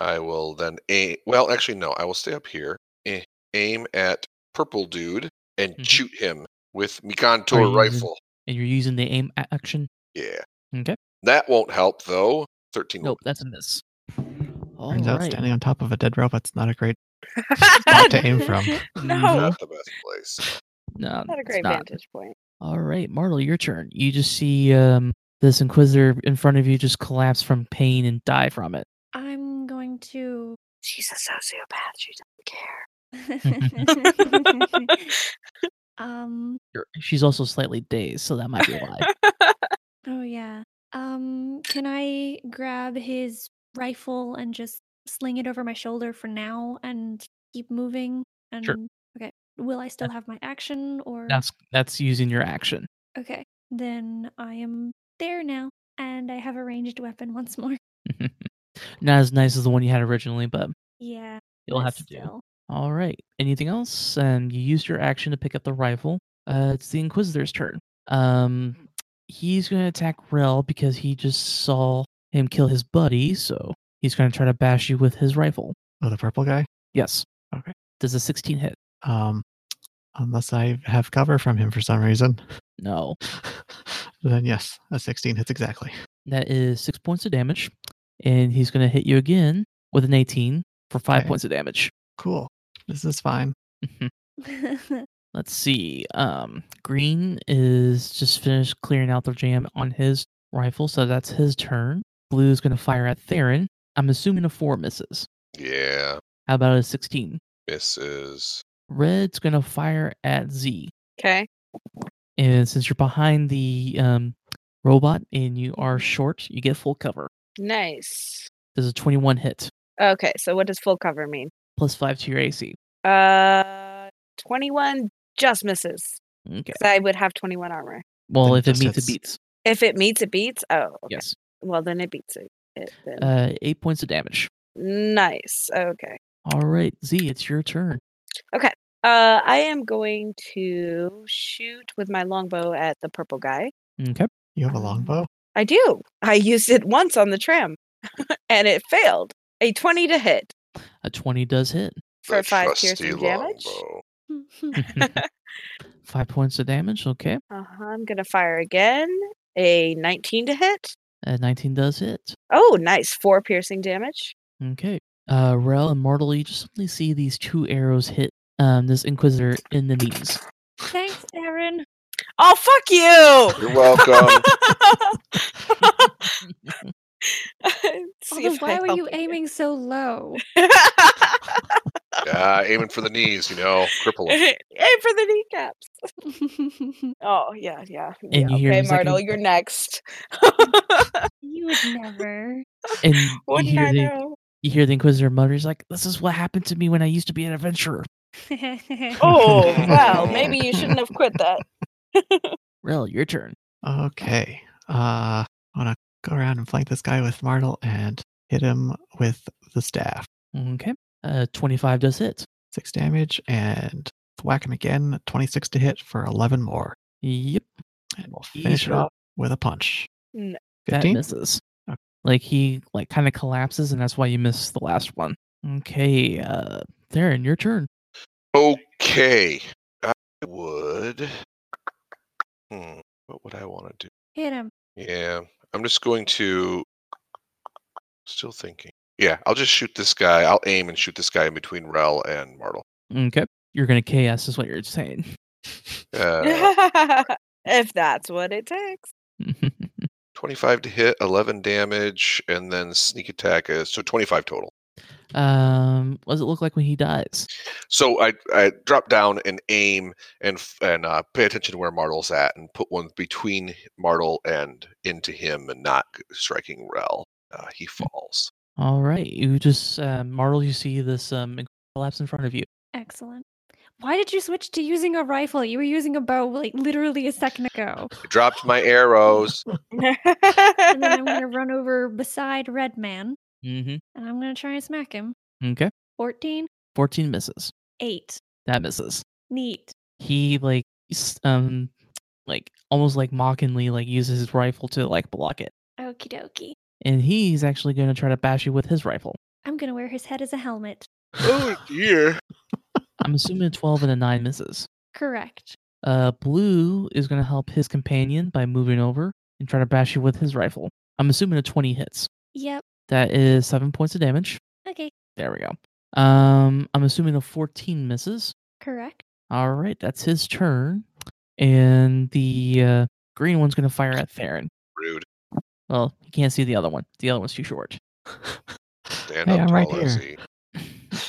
Speaker 3: I will then aim. Well, actually, no. I will stay up here, eh, aim at purple dude, and
Speaker 1: Mhm.
Speaker 3: shoot him with mi
Speaker 1: Are you
Speaker 3: contour
Speaker 1: using-
Speaker 3: rifle.
Speaker 1: And you're using the aim a- action.
Speaker 3: Yeah.
Speaker 1: Okay.
Speaker 3: That won't help though. Thirteen.
Speaker 1: Nope, that's a miss. All
Speaker 2: Turns out
Speaker 1: right.
Speaker 2: standing on top of a dead robot's not a great spot to aim from.
Speaker 4: no,
Speaker 3: Not the best place.
Speaker 1: No,
Speaker 4: not a
Speaker 1: Mm-hmm. it's
Speaker 4: great
Speaker 1: not.
Speaker 4: vantage point.
Speaker 1: All right, Martel, your turn. You just see um this inquisitor in front of you just collapse from pain and die from it.
Speaker 5: I'm going to.
Speaker 4: She's a sociopath. She doesn't care.
Speaker 5: um.
Speaker 1: You're- She's also slightly dazed, so that might be why.
Speaker 5: Oh yeah. Um. Can I grab his rifle and just sling it over my shoulder for now and keep moving? And
Speaker 1: Sure.
Speaker 5: okay. will I still have my action or
Speaker 1: That's that's using your action.
Speaker 5: okay? Then I am there now, and I have a ranged weapon once more.
Speaker 1: Not as nice as the one you had originally, but
Speaker 5: Yeah,
Speaker 1: you'll
Speaker 5: but
Speaker 1: have to do.
Speaker 5: still.
Speaker 1: All right. Anything else? Um, you used your action to pick up the rifle. Uh, it's the Inquisitor's turn. Um,
Speaker 2: Mm-hmm.
Speaker 1: he's going to attack Rel because he just saw him kill his buddy, so he's going to try to bash you with his rifle.
Speaker 2: Oh, the purple guy.
Speaker 1: Yes.
Speaker 2: Okay.
Speaker 1: Does a 16 hit?
Speaker 2: Um, unless I have cover from him for some reason,
Speaker 1: No.
Speaker 2: then yes, a 16 hits exactly.
Speaker 1: That is six points of damage, and he's going to hit you again with an 18 for five
Speaker 2: Okay.
Speaker 1: points of damage.
Speaker 2: Cool. This is fine.
Speaker 1: Let's see. Um, Green is just finished clearing out the jam on his rifle, so that's his turn. Blue is going to fire at Theron. I'm assuming a four misses.
Speaker 3: Yeah,
Speaker 1: How about a 16?
Speaker 3: misses.
Speaker 1: Red's going to fire at Z.
Speaker 4: Okay.
Speaker 1: And since you're behind the um, robot and you are short, you get full cover.
Speaker 4: Nice.
Speaker 1: There's a 21 hit,
Speaker 4: Okay, so what does full cover mean?
Speaker 1: plus five to your AC.
Speaker 4: Uh, 21 just misses.
Speaker 1: Okay.
Speaker 4: 'cause I would have 21 armor.
Speaker 1: Well,
Speaker 2: Then
Speaker 1: if it
Speaker 2: just
Speaker 1: meets, it
Speaker 2: hits.
Speaker 1: beats.
Speaker 4: If it meets, it beats. Oh, okay.
Speaker 1: Yes.
Speaker 4: Well, then it beats it. it then.
Speaker 1: Uh, eight points of damage.
Speaker 4: nice. Okay.
Speaker 1: All right, Z, it's your turn.
Speaker 4: Uh, I am going to shoot with my longbow at the purple guy.
Speaker 1: Okay.
Speaker 2: You have a longbow?
Speaker 4: I do. I used it once on the tram, and it failed. A 20 to hit
Speaker 1: A 20 does hit.
Speaker 4: for
Speaker 3: The
Speaker 4: five
Speaker 3: trusty
Speaker 4: piercing damage.
Speaker 3: longbow.
Speaker 1: Five points of damage. Okay.
Speaker 4: Uh-huh, I'm gonna fire again. A 19 to hit.
Speaker 1: Uh, 19 does hit.
Speaker 4: Oh, nice. Four piercing damage.
Speaker 1: Okay. Uh, Rel and Mortal, you just suddenly see these two arrows hit um, this Inquisitor in the knees.
Speaker 5: Thanks, Aaron.
Speaker 4: Oh, fuck you!
Speaker 3: You're welcome.
Speaker 4: See
Speaker 5: Although,
Speaker 4: if I
Speaker 5: why were
Speaker 4: help
Speaker 5: you aiming so low?
Speaker 3: yeah, aiming for the knees, you know, cripple 'em.
Speaker 4: Aim for the kneecaps. Oh yeah, yeah. yeah.
Speaker 1: you hear
Speaker 4: okay,
Speaker 1: his, like,
Speaker 4: Martel,
Speaker 1: in-
Speaker 4: you're next.
Speaker 5: you would never.
Speaker 1: And you
Speaker 4: Wouldn't
Speaker 1: hear,
Speaker 4: I
Speaker 1: the,
Speaker 4: know?
Speaker 1: you hear the Inquisitor mutter, he's like, This is what happened to me when I used to be an adventurer.
Speaker 4: Oh well, maybe you shouldn't have quit that.
Speaker 1: Rel, your turn.
Speaker 2: Okay. Uh, I want to go around and flank this guy with Martel and hit him with the staff.
Speaker 1: Okay. Uh, 25 does hit.
Speaker 2: Six damage and whack him again. 26 to hit for 11 more.
Speaker 1: Yep.
Speaker 2: And we'll
Speaker 1: He's
Speaker 2: finish it
Speaker 1: hurt.
Speaker 2: off with a punch.
Speaker 4: N-
Speaker 1: That
Speaker 2: 15?
Speaker 1: misses.
Speaker 4: Oh.
Speaker 2: Okay.
Speaker 1: Like he like kind of collapses, and that's why you missed the last one. Okay, uh, Theron, your turn.
Speaker 3: Okay. I would. Hmm. What would I want to do?
Speaker 5: Hit him.
Speaker 3: Yeah. I'm just going to. Still thinking. Yeah, I'll just shoot this guy. I'll aim and shoot this guy in between Rel and Martel.
Speaker 1: Okay, you're gonna KS is what you're saying.
Speaker 3: Uh,
Speaker 4: if that's what it takes.
Speaker 3: 25 to hit, 11 damage, and then sneak attack is so 25 total.
Speaker 1: um, what does it look like when he dies?
Speaker 3: So I I drop down and aim and f- and uh, pay attention to where Martel's at and put one between Martel and into him and not striking Rel. Uh, he falls.
Speaker 1: All right, you just uh, Marl, you see this um collapse in front of you.
Speaker 5: Excellent. Why did you switch to using a rifle? You were using a bow like literally a second ago.
Speaker 3: I dropped my arrows.
Speaker 5: And then I'm gonna run over beside Red Man
Speaker 1: Mm-hmm.
Speaker 5: and I'm gonna try and smack him.
Speaker 1: Okay,
Speaker 5: 14,
Speaker 1: fourteen misses.
Speaker 5: 8.
Speaker 1: That misses.
Speaker 5: Neat.
Speaker 1: He like s- um like almost like mockingly like uses his rifle to like block it,
Speaker 5: Okie dokie.
Speaker 1: and he's actually gonna try to bash you with his rifle.
Speaker 5: I'm gonna wear his head as a helmet.
Speaker 3: oh dear!
Speaker 1: I'm assuming a 12 and a 9 misses.
Speaker 5: Correct.
Speaker 1: Uh, Blue is going to help his companion by moving over and try to bash you with his rifle. I'm assuming a 20 hits.
Speaker 5: Yep.
Speaker 1: That is 7 points of damage.
Speaker 5: Okay.
Speaker 1: There we go. Um, I'm assuming a 14 misses.
Speaker 5: Correct.
Speaker 1: All right, that's his turn. And the uh, green one's going to fire at Theron.
Speaker 3: Rude.
Speaker 1: Well, you can't see the other one. The other one's too short.
Speaker 3: Stand
Speaker 2: Hey,
Speaker 3: up
Speaker 2: I'm right
Speaker 3: tall as he-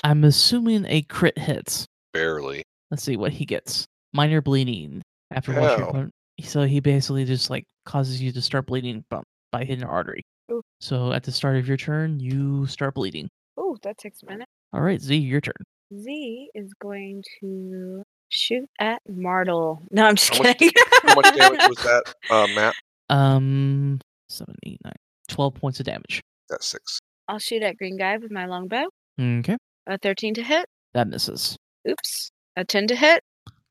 Speaker 1: I'm assuming a crit hits.
Speaker 3: Barely.
Speaker 1: let's see what he gets. Minor bleeding after one
Speaker 3: Ow.
Speaker 1: short bump. So he basically just like causes you to start bleeding bump by hitting an artery.
Speaker 4: Ooh.
Speaker 1: So at the start of your turn, you start bleeding.
Speaker 4: oh, that takes a minute.
Speaker 1: All right, Z, your turn.
Speaker 4: Z is going to Shoot at Martle. No, I'm just
Speaker 3: How much-
Speaker 4: kidding.
Speaker 3: How much damage was that, uh, Matt?
Speaker 1: Um, seven, eight, nine, 12 points of damage.
Speaker 3: That's six.
Speaker 4: I'll shoot at Green Guy with my longbow.
Speaker 1: Okay.
Speaker 4: A 13 to hit.
Speaker 1: That misses.
Speaker 4: Oops. A 10 to hit.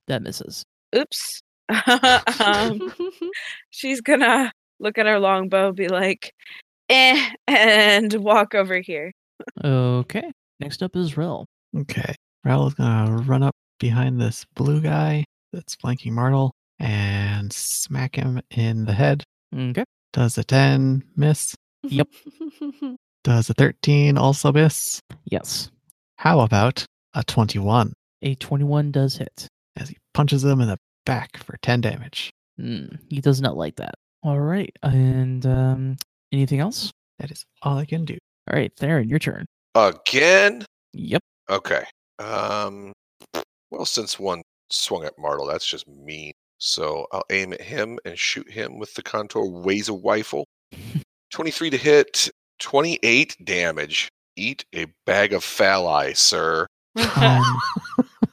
Speaker 1: That misses.
Speaker 4: Oops. um, she's gonna look at her longbow, be like, eh, and walk over here.
Speaker 1: Okay. Next up is Rel.
Speaker 2: Okay. Raoul is gonna run up behind this blue guy that's flanking Martle and smack him in the head.
Speaker 1: Okay.
Speaker 2: Does a 10 miss?
Speaker 1: Yep.
Speaker 2: Does a 13 also miss?
Speaker 1: Yes.
Speaker 2: How about a 21
Speaker 1: A 21 does hit.
Speaker 2: as he punches him in the back for 10 damage?
Speaker 1: Mm, he does not like that. All right. And um, anything else?
Speaker 2: That is all I can do.
Speaker 1: All right, Theron, your turn.
Speaker 3: Again?
Speaker 1: Yep.
Speaker 3: Okay. Um. Well, since one swung at Martle, that's just mean. So I'll aim at him and shoot him with the contour Waza rifle. Twenty-three to hit. Twenty-eight damage. Eat a bag of phalli, sir.
Speaker 1: Um,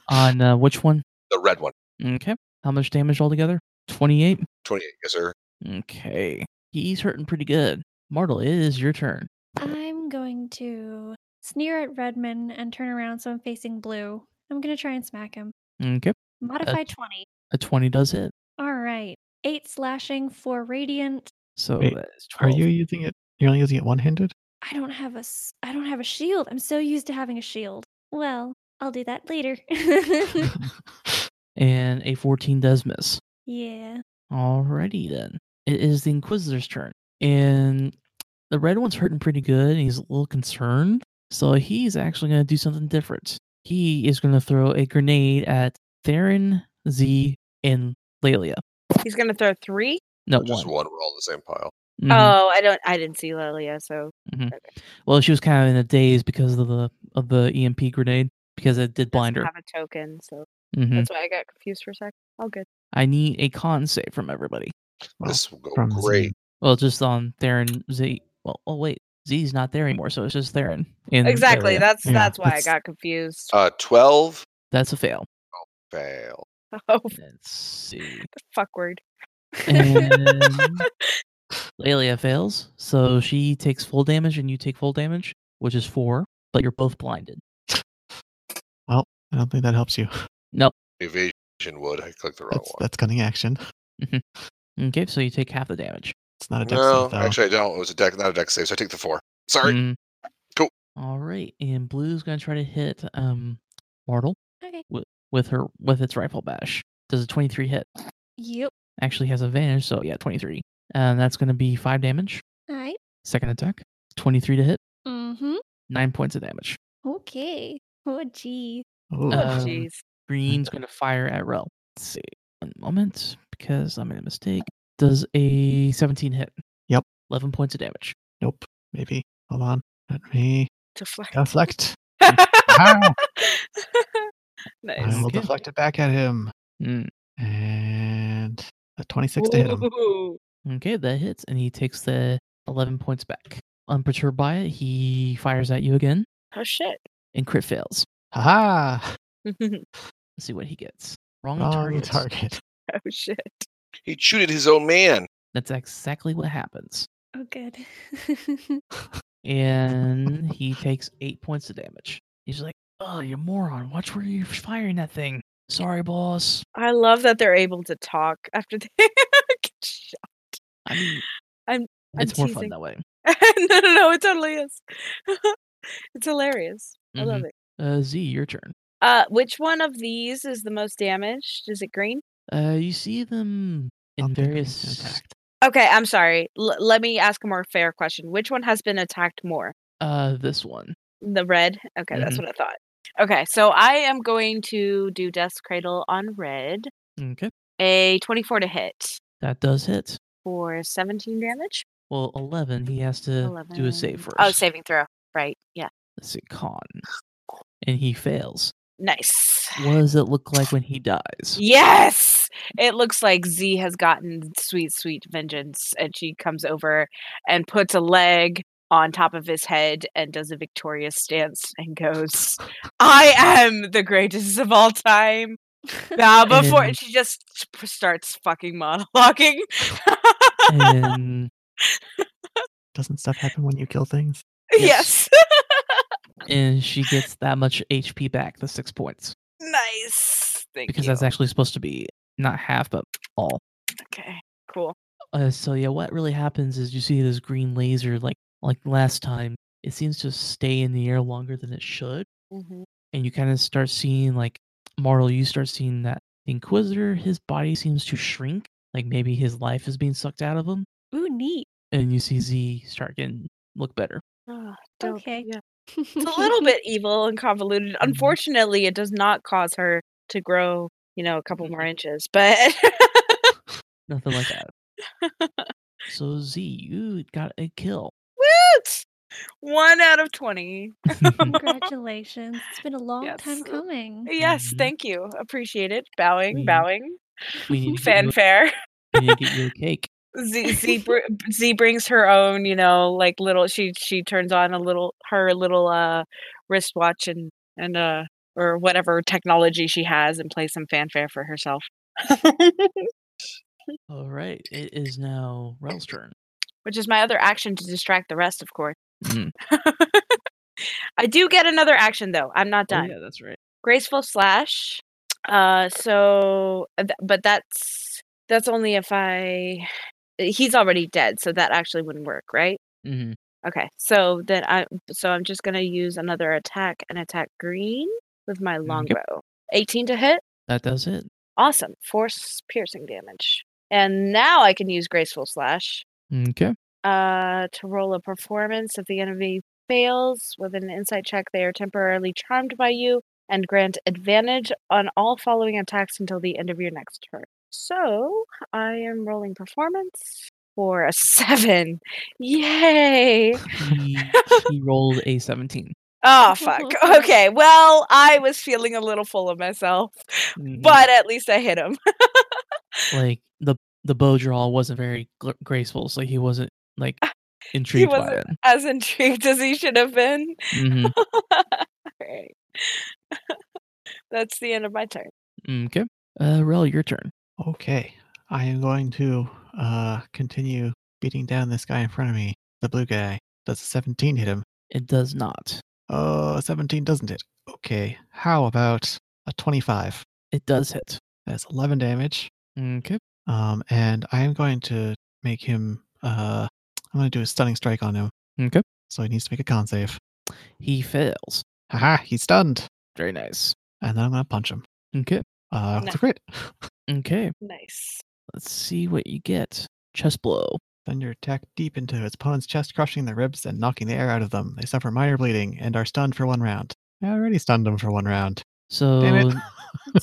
Speaker 1: on uh, which one?
Speaker 3: The red one.
Speaker 1: Okay. How much damage altogether? 28.
Speaker 3: Twenty-eight, yes, sir.
Speaker 1: Okay. He's hurting pretty good. Martel, it is your turn.
Speaker 5: I'm going to sneer at Redman and turn around so I'm facing blue. I'm going to try and smack him.
Speaker 1: Okay.
Speaker 5: Modify 20.
Speaker 1: A 20 does hit.
Speaker 5: All right. Eight slashing, four radiant.
Speaker 1: So
Speaker 2: Wait,
Speaker 1: that's
Speaker 2: Are
Speaker 1: 12.
Speaker 2: you using it? You're only using it one handed?
Speaker 5: I don't have a s- I don't have a shield. I'm so used to having a shield. Well, I'll do that later.
Speaker 1: And a 14 does miss.
Speaker 5: yeah.
Speaker 1: Alrighty then. It is the Inquisitor's turn. And the red one's hurting pretty good. And he's a little concerned. So he's actually going to do something different. He is going to throw a grenade at Theron, Z, and Lelia.
Speaker 4: He's gonna throw three.
Speaker 1: No,
Speaker 3: Just
Speaker 1: one.
Speaker 3: one. We're all in the same pile.
Speaker 1: Mhm.
Speaker 4: Oh, I don't. I didn't see Lelia, so
Speaker 1: Well, she was kind of in a daze because of the of the EMP grenade because it did
Speaker 4: doesn't
Speaker 1: blind her.
Speaker 4: have a token, so
Speaker 1: Mhm.
Speaker 4: that's why I got confused for a sec. All good.
Speaker 1: I need a con save from everybody.
Speaker 2: Well,
Speaker 3: this will go
Speaker 2: from Z.
Speaker 3: great.
Speaker 1: Well, just on Theron Z. Well, oh wait, Z's not there anymore, so it's just Theron. in
Speaker 4: Exactly.
Speaker 1: Lelia.
Speaker 4: That's
Speaker 2: Yeah,
Speaker 4: that's why
Speaker 2: that's-
Speaker 4: I got confused.
Speaker 3: Uh, twelve.
Speaker 1: That's a fail.
Speaker 3: Fail.
Speaker 4: oh,
Speaker 1: Let's see.
Speaker 4: fuck word.
Speaker 1: And Lelia fails, so she takes full damage and you take full damage, which is four. But you're both blinded.
Speaker 2: I don't think that helps you.
Speaker 3: Evasion would. I clicked the wrong
Speaker 2: That's,
Speaker 3: one.
Speaker 2: that's cunning action.
Speaker 1: Okay, so you take half the damage.
Speaker 2: It's not a dex
Speaker 3: No,
Speaker 2: save, though.
Speaker 3: actually, I don't. It was a deck, not a deck save. So I take the four. Sorry.
Speaker 1: Mm.
Speaker 3: Cool.
Speaker 1: All right, and blue's gonna try to hit um Mortal
Speaker 5: Okay.
Speaker 1: with her with its rifle bash. Does a twenty three hit?
Speaker 5: Yep.
Speaker 1: Actually has advantage, so yeah, twenty three. And that's gonna be five damage.
Speaker 5: All right.
Speaker 1: Second attack, twenty three to hit,
Speaker 5: Mm-hmm.
Speaker 1: nine points of damage.
Speaker 5: Okay. Oh, gee.
Speaker 2: Ooh.
Speaker 1: Uh,
Speaker 4: Oh, Jeez.
Speaker 1: Green's gonna fire at Rel. Let's see, one moment because I made a mistake. Does a seventeen hit?
Speaker 2: Yep.
Speaker 1: Eleven points of damage.
Speaker 2: nope. Maybe. Hold on. Let me
Speaker 4: Deflect.
Speaker 2: deflect. I
Speaker 4: nice.
Speaker 2: will
Speaker 1: Okay.
Speaker 2: deflect it back at him.
Speaker 1: Mm.
Speaker 2: And a 26 to hit him.
Speaker 4: Ooh.
Speaker 1: Okay, that hits, and he takes the eleven points back. Unperturbed by it, he fires at you again.
Speaker 4: Oh shit.
Speaker 1: and crit fails.
Speaker 2: Haha!
Speaker 1: Let's see what he gets. Wrong,
Speaker 2: Wrong
Speaker 1: target.
Speaker 2: target.
Speaker 4: oh shit.
Speaker 3: He shooted his own man.
Speaker 1: That's exactly what happens.
Speaker 5: Oh, good.
Speaker 1: And he takes eight points of damage. He's like, oh, you moron. Watch where you're firing that thing. Sorry, boss.
Speaker 4: I love that they're able to talk after they get shot.
Speaker 1: I mean,
Speaker 4: I'm- I'm
Speaker 1: it's more fun
Speaker 4: teasing.
Speaker 1: that way.
Speaker 4: no, no, no, it totally is. it's hilarious. I
Speaker 2: Mm-hmm.
Speaker 4: love it.
Speaker 1: Uh, Z, your turn.
Speaker 4: Uh, which one of these is the most damaged? Is it green?
Speaker 1: Uh, you see them in
Speaker 2: I'll take green
Speaker 1: various.
Speaker 2: attack.
Speaker 4: Okay, I'm sorry. L- let me ask a more fair question. Which one has been attacked more?
Speaker 1: Uh, this one.
Speaker 4: The red? Okay, that's
Speaker 2: Mm-hmm.
Speaker 4: what I thought. Okay, so I am going to do Death's Cradle on red.
Speaker 1: Okay,
Speaker 4: A 24 to hit
Speaker 1: that does hit.
Speaker 4: for 17 damage.
Speaker 1: Well, eleven. He has to Uh, do a save first.
Speaker 4: Oh, saving throw. Right. Yeah.
Speaker 1: Let's see, con, and he fails.
Speaker 4: Nice.
Speaker 1: What does it look like when he dies?
Speaker 4: Yes! It looks like Z has gotten sweet, sweet vengeance, and she comes over and puts a leg on top of his head and does a victorious stance and goes, I am the greatest of all time. Nah, before
Speaker 1: And-
Speaker 4: she just sp- starts fucking monologuing.
Speaker 1: and
Speaker 2: Doesn't stuff happen when you kill things?
Speaker 4: yes.
Speaker 1: and she gets that much HP back, the six points,
Speaker 4: nice. Thank
Speaker 1: because
Speaker 4: you.
Speaker 1: that's actually supposed to be not half, but all.
Speaker 4: okay. Cool.
Speaker 1: Uh, so yeah, what really happens is you see this green laser, like like last time, it seems to stay in the air longer than it should,
Speaker 4: Mm-hmm.
Speaker 1: and you kind of start seeing like Marl, you start seeing that the Inquisitor, his body seems to shrink, like maybe his life is being sucked out of him,
Speaker 5: Ooh, neat.
Speaker 1: and you see Z start getting look better.
Speaker 4: Ah, dope.
Speaker 5: Okay.
Speaker 4: Yeah. Mm-hmm. It's a little bit evil and convoluted. Unfortunately, it does not cause her to grow, you know, a couple more inches. But
Speaker 1: Nothing like that. So Z, you got a kill.
Speaker 4: woot! One out of twenty.
Speaker 5: Congratulations. It's been a long time
Speaker 4: Yes.
Speaker 5: coming.
Speaker 4: Yes,
Speaker 1: Mhm.
Speaker 4: thank you. Appreciate it. Bowing,
Speaker 1: We-
Speaker 4: bowing.
Speaker 1: We need to get you
Speaker 4: Fanfare.
Speaker 1: a, we need to get you a cake.
Speaker 4: Z Z, br- Z brings her own, you know, like little. She she turns on a little her little uh wristwatch and and uh or whatever technology she has and plays some fanfare for herself.
Speaker 1: All right, it is now Rel's turn.
Speaker 4: which is my other action to distract the rest, of course.
Speaker 1: Mhm.
Speaker 4: I do get another action though. I'm not done.
Speaker 1: Oh, yeah, that's right.
Speaker 4: Graceful slash. Uh, so, uh, th- but that's that's only if I. He's already dead, so that actually wouldn't work, right?
Speaker 1: hmm
Speaker 4: Okay, so then I so I'm just gonna use another attack and attack green with my longbow. 18 to hit.
Speaker 1: That does it.
Speaker 4: Awesome. Force piercing damage. And now I can use graceful slash
Speaker 1: Okay.
Speaker 4: uh, to roll a performance. If the enemy fails with an insight check, they are temporarily charmed by you and grant advantage on all following attacks until the end of your next turn. So I am rolling performance for a seven. Yay!
Speaker 1: He, he rolled a 17.
Speaker 4: Oh, fuck. Okay, well, I was feeling a little full of myself,
Speaker 1: Mm,
Speaker 4: but at least I hit him.
Speaker 1: like the the bow draw wasn't very gl- graceful, so he wasn't like intrigued by it.
Speaker 4: wasn't- As intrigued as he should have been.
Speaker 1: Mhm.
Speaker 4: Alright. That's the end of my turn.
Speaker 1: Okay. Uh, Rel, your turn.
Speaker 2: Okay. I am going to uh continue beating down this guy in front of me, the blue guy. Does a 17 hit him?
Speaker 1: It does not.
Speaker 2: Oh, a 17 doesn't it? Okay. How about a 25?
Speaker 1: It does hit.
Speaker 2: That's 11 damage.
Speaker 1: Okay.
Speaker 2: Um, and I am going to make him. Uh, I'm going to do a stunning strike on him,
Speaker 1: Okay.
Speaker 2: so he needs to make a con save.
Speaker 1: He fails.
Speaker 2: Haha, he's stunned.
Speaker 1: Very nice.
Speaker 2: And then I'm going to punch him.
Speaker 1: Okay.
Speaker 2: Uh, with
Speaker 4: Nice.
Speaker 2: a crit.
Speaker 1: Okay.
Speaker 4: Nice.
Speaker 1: Let's see what you get. Chest blow.
Speaker 2: Thunder attack deep into its opponent's chest, crushing their ribs and knocking the air out of them. They suffer minor bleeding and are stunned for one round. I already stunned them for one round.
Speaker 1: So
Speaker 2: Damn it.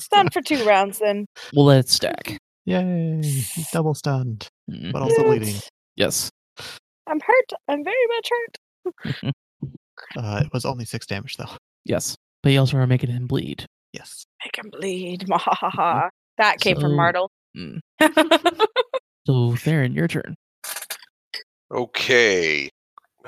Speaker 4: Stun for two rounds then.
Speaker 1: we'll let it stack.
Speaker 2: Yay! He's double stunned,
Speaker 1: Mm,
Speaker 2: but also bleeding.
Speaker 4: Woot.
Speaker 1: Yes.
Speaker 4: I'm hurt. I'm very much hurt.
Speaker 2: Uh, it was only six damage, though.
Speaker 1: Yes. But you also are making him bleed.
Speaker 2: Yes.
Speaker 4: I can bleed.
Speaker 2: Mm-hmm.
Speaker 4: Mwahaha. That came
Speaker 1: So-
Speaker 4: from Martle.
Speaker 1: Mm. So Theron, your turn.
Speaker 3: Okay.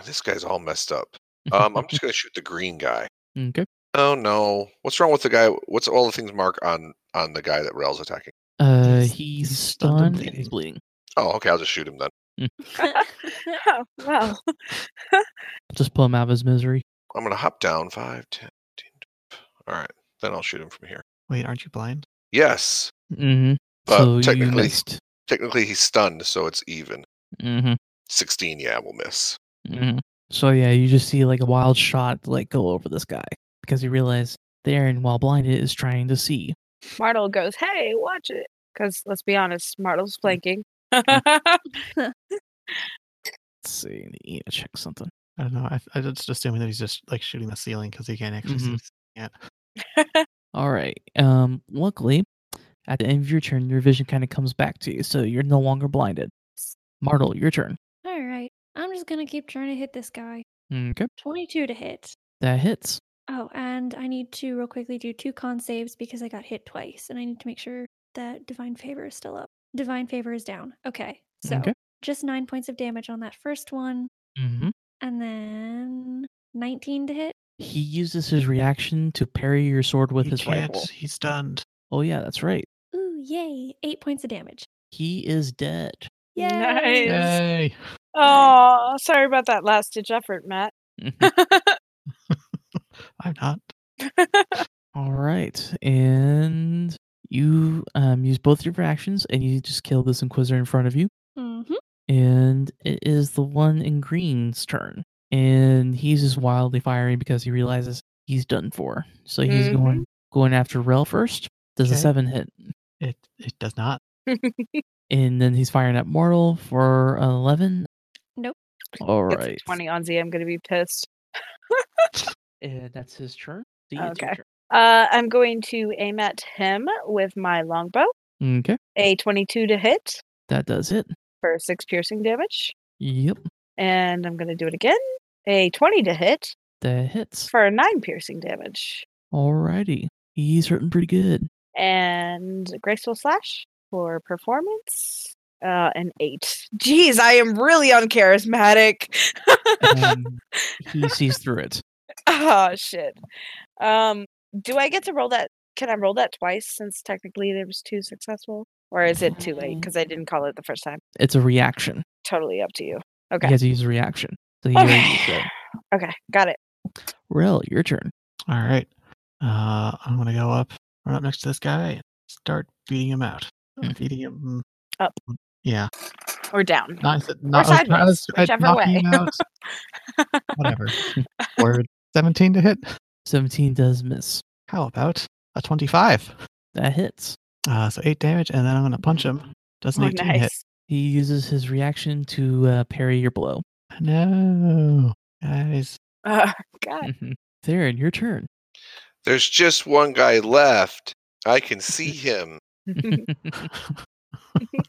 Speaker 3: This guy's all messed up. Um, I'm just gonna shoot the green guy.
Speaker 1: okay.
Speaker 3: Oh no! What's wrong with the guy? What's all the things mark on on the guy that Rail's attacking?
Speaker 1: Uh,
Speaker 2: He's-
Speaker 1: he's,
Speaker 2: he's stunned and
Speaker 1: stunned and he's bleeding.
Speaker 3: Oh, okay. I'll just shoot him then.
Speaker 4: oh, well.
Speaker 1: Just pull him out of his misery.
Speaker 3: I'm gonna hop down five, ten, 15, 12. All right. Then I'll shoot him from here.
Speaker 2: Wait, aren't you blind?
Speaker 3: Yes.
Speaker 1: Mm-hmm.
Speaker 3: But
Speaker 1: so you
Speaker 3: technically,
Speaker 1: missed.
Speaker 3: technically he's stunned, so it's even.
Speaker 1: hmm
Speaker 3: Sixteen. Yeah, we'll miss.
Speaker 1: hmm So yeah, you just see like a wild shot like go over this guy because you realize Theron, while blinded, is trying to see.
Speaker 4: Martle goes, hey, watch it. Because let's be honest, Martle's
Speaker 1: Mm.
Speaker 4: flanking.
Speaker 1: Let's see, I need to check something.
Speaker 2: I don't know. I, I just assuming that he's just like shooting the ceiling because he can't actually see.
Speaker 1: Mhm.
Speaker 2: what's happening yet.
Speaker 1: Mm. All right. Um. Luckily, at the end of your turn, your vision kind of comes back to you, so you're no longer blinded. Martel, your turn.
Speaker 5: All right. I'm just going to keep trying to hit this guy.
Speaker 1: Okay.
Speaker 5: 22 to hit.
Speaker 1: That hits.
Speaker 5: Oh, and I need to real quickly do two con saves because I got hit twice, and I need to make sure that divine favor is still up. Divine favor is down. Okay, so
Speaker 1: Okay.
Speaker 5: just nine points of damage on that first one,
Speaker 1: Mm-hmm.
Speaker 5: and then nineteen to hit.
Speaker 1: He uses his reaction to parry your sword with
Speaker 2: he
Speaker 1: his
Speaker 2: can't.
Speaker 1: rifle.
Speaker 2: He's stunned.
Speaker 1: Oh yeah, that's right.
Speaker 5: Ooh, yay. Eight points of damage.
Speaker 1: He is dead.
Speaker 5: Yay.
Speaker 4: Nice.
Speaker 2: Yay!
Speaker 4: Oh, sorry about that last ditch effort, Matt.
Speaker 1: Mm.
Speaker 2: I'm not.
Speaker 1: All right, and you um, use both your actions, and you just kill this inquisitor in front of you.
Speaker 5: Mm-hmm.
Speaker 1: and it is the one in green's turn. And he's just wildly firing because he realizes he's done for. So he's
Speaker 4: Mhm.
Speaker 1: going going after Rel first. Does a
Speaker 2: Okay.
Speaker 1: seven hit?
Speaker 2: It it does not.
Speaker 1: And then he's firing at Mortal for an eleven.
Speaker 5: Nope.
Speaker 1: All
Speaker 4: It's
Speaker 1: right.
Speaker 4: 20 on Z. I'm going to be pissed.
Speaker 1: And Uh, that's his turn. See, it's your
Speaker 4: Okay. Uh, I'm going to aim at him with my longbow.
Speaker 1: turn. Okay.
Speaker 4: A 22 to hit
Speaker 1: That does it.
Speaker 4: for six piercing damage.
Speaker 1: Yep.
Speaker 4: And I'm going to do it again. A 20 to hit
Speaker 1: That hits.
Speaker 4: for nine piercing damage.
Speaker 1: Alrighty. He's hurting pretty good.
Speaker 4: And graceful slash for performance. Uh, an eight. Jeez, I am really uncharismatic.
Speaker 2: Mm-hmm.
Speaker 1: Um, he sees through it.
Speaker 4: Oh shit. Um, do I get to roll that? Can I roll that twice since technically there was two successful? Or is it too late
Speaker 2: Mm-hmm.
Speaker 1: Mm.
Speaker 4: because I didn't call it the first time?
Speaker 1: It's a reaction.
Speaker 4: Totally up to you.
Speaker 1: He
Speaker 4: Okay.
Speaker 1: has to use a reaction. So he already used
Speaker 4: Okay.
Speaker 1: it.
Speaker 4: Okay, got it.
Speaker 1: Rel, your turn.
Speaker 2: All right. Uh, I'm gonna go up, run up next to this guy, and start beating him out.
Speaker 1: Hmm.
Speaker 2: Beating him
Speaker 4: Up.
Speaker 2: Yeah.
Speaker 4: Or down.
Speaker 2: Not, not,
Speaker 4: Or sideways, whichever
Speaker 2: knocking
Speaker 4: way.
Speaker 2: him out. Whatever. Word. 17 to hit.
Speaker 1: 17 does miss.
Speaker 2: How about a 25?
Speaker 1: That hits.
Speaker 2: Uh, so 8 damage, and then I'm going to punch him. Does
Speaker 4: Oh,
Speaker 2: an 18 hit?
Speaker 4: nice.
Speaker 1: He uses his reaction to uh, parry your blow.
Speaker 2: No. Guys.
Speaker 4: Uh,
Speaker 2: Mm.
Speaker 4: God.
Speaker 1: Mhm. Theron, your turn.
Speaker 3: There's just one guy left. I can see him.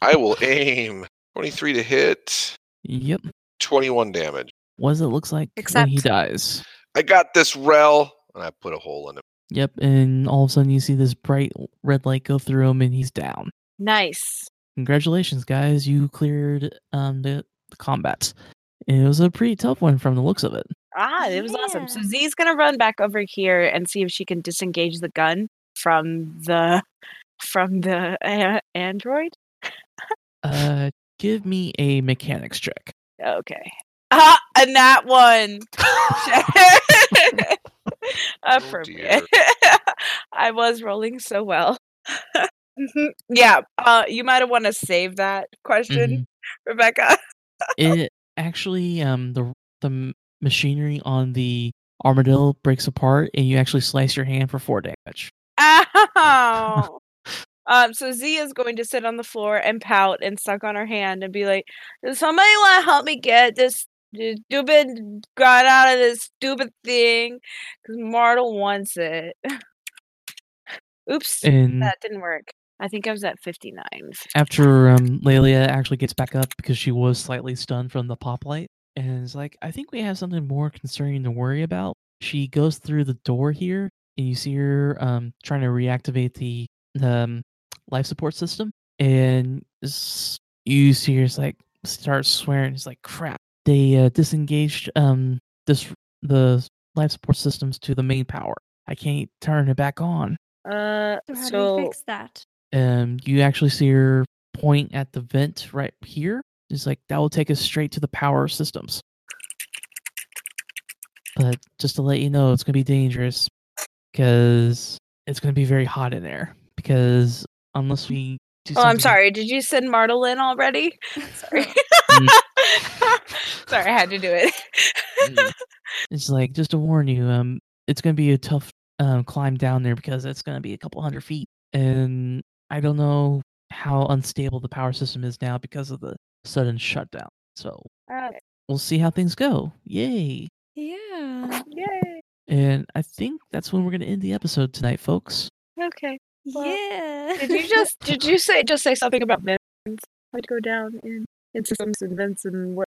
Speaker 3: I will aim. 23 to hit,
Speaker 1: yep.
Speaker 3: 21 damage.
Speaker 1: What does it looks like when he
Speaker 4: Except-
Speaker 1: dies?
Speaker 3: I got this, Rel. And I put a hole in him.
Speaker 1: Yep. And all of a sudden you see this bright l- red light go through him and he's down.
Speaker 4: nice.
Speaker 1: Congratulations, guys. You cleared um, the, the combat. And it was a pretty tough one from the looks of it.
Speaker 4: Ah, it was awesome. So
Speaker 5: Yeah.
Speaker 4: Z's gonna run back over here and see if she can disengage the gun from the from the a- android.
Speaker 1: Uh, give me a mechanics check.
Speaker 4: Okay. Ah, and that one. Appropriate. I was rolling so well. Mhm. yeah, uh, you might have want to save that
Speaker 1: Mm-hmm.
Speaker 4: question, Rebecca.
Speaker 1: it actually um the the m- machinery on the armadillo breaks apart and you actually slice your hand for four damage
Speaker 4: Ow. um, so Z is going to sit on the floor and pout and suck on her hand and be like, "Does somebody want to help me get this stupid gun out of this stupid thing? Because Martel wants it." Oops,
Speaker 1: and
Speaker 4: that didn't work. I think I was at 59.
Speaker 1: after um lelia actually gets back up because she was slightly stunned from the pop light and is like i think we have something more concerning to worry about she goes through the door here and you see her um trying to reactivate the um life support system and s- you see her like start swearing it's like crap they uh, disengaged um this the life support systems to the main power i can't turn it back on
Speaker 4: Uh,
Speaker 5: So how do we
Speaker 4: so
Speaker 5: fix that?
Speaker 1: um, you actually see her point at the vent right here. It's like that will take us straight to the power systems. But just to let you know, it's gonna be dangerous because it's gonna be very hot in there. Because unless we do
Speaker 4: Oh, I'm
Speaker 1: something-
Speaker 4: sorry. Did you send Martel in already? Sorry. sorry, I had to do it.
Speaker 1: Mm. it's like just to warn you, um, it's gonna be a tough um climb down there because it's gonna be a couple hundred feet, and I don't know how unstable the power system is now because of the sudden shutdown. So
Speaker 4: Uh,
Speaker 1: we'll see how things go. Yay!
Speaker 5: Yeah.
Speaker 4: yay.
Speaker 1: And I think that's when we're gonna end the episode tonight, folks.
Speaker 4: Okay. Well,
Speaker 5: yeah.
Speaker 4: Did you just did you say just say something about vents? I'd go down in in systems and vents and what?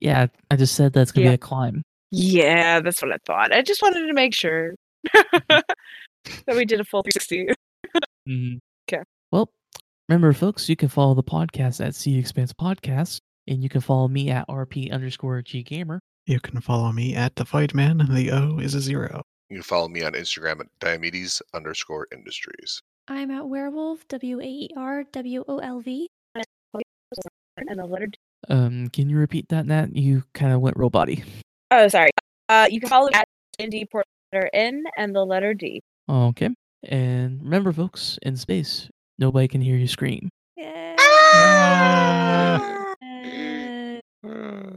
Speaker 1: Yeah, I just said that's gonna
Speaker 4: Yeah.
Speaker 1: be a climb.
Speaker 4: Yeah, that's what I thought. I just wanted to make sure that we did a full 360.
Speaker 1: Mm.
Speaker 4: 'Kay.
Speaker 1: Well, remember, folks, you can follow the podcast at Sea Expanse Podcast, and you can follow me at RP underscore G Gamer.
Speaker 2: You can follow me at the Void Man. The O is a zero.
Speaker 3: You can follow me on Instagram at Diomedes underscore industries.
Speaker 5: I'm at werewolf, W A E R W O L V.
Speaker 4: and the letter D.
Speaker 1: Um, can you repeat that, Nat? You kind of went real body.
Speaker 4: Oh, sorry. Uh, you can follow me at Indy Port letter N and the letter D.
Speaker 1: Okay. And remember, folks, in space, nobody can hear you scream.
Speaker 5: Yeah.
Speaker 2: Ah!
Speaker 5: Uh,
Speaker 3: Uh,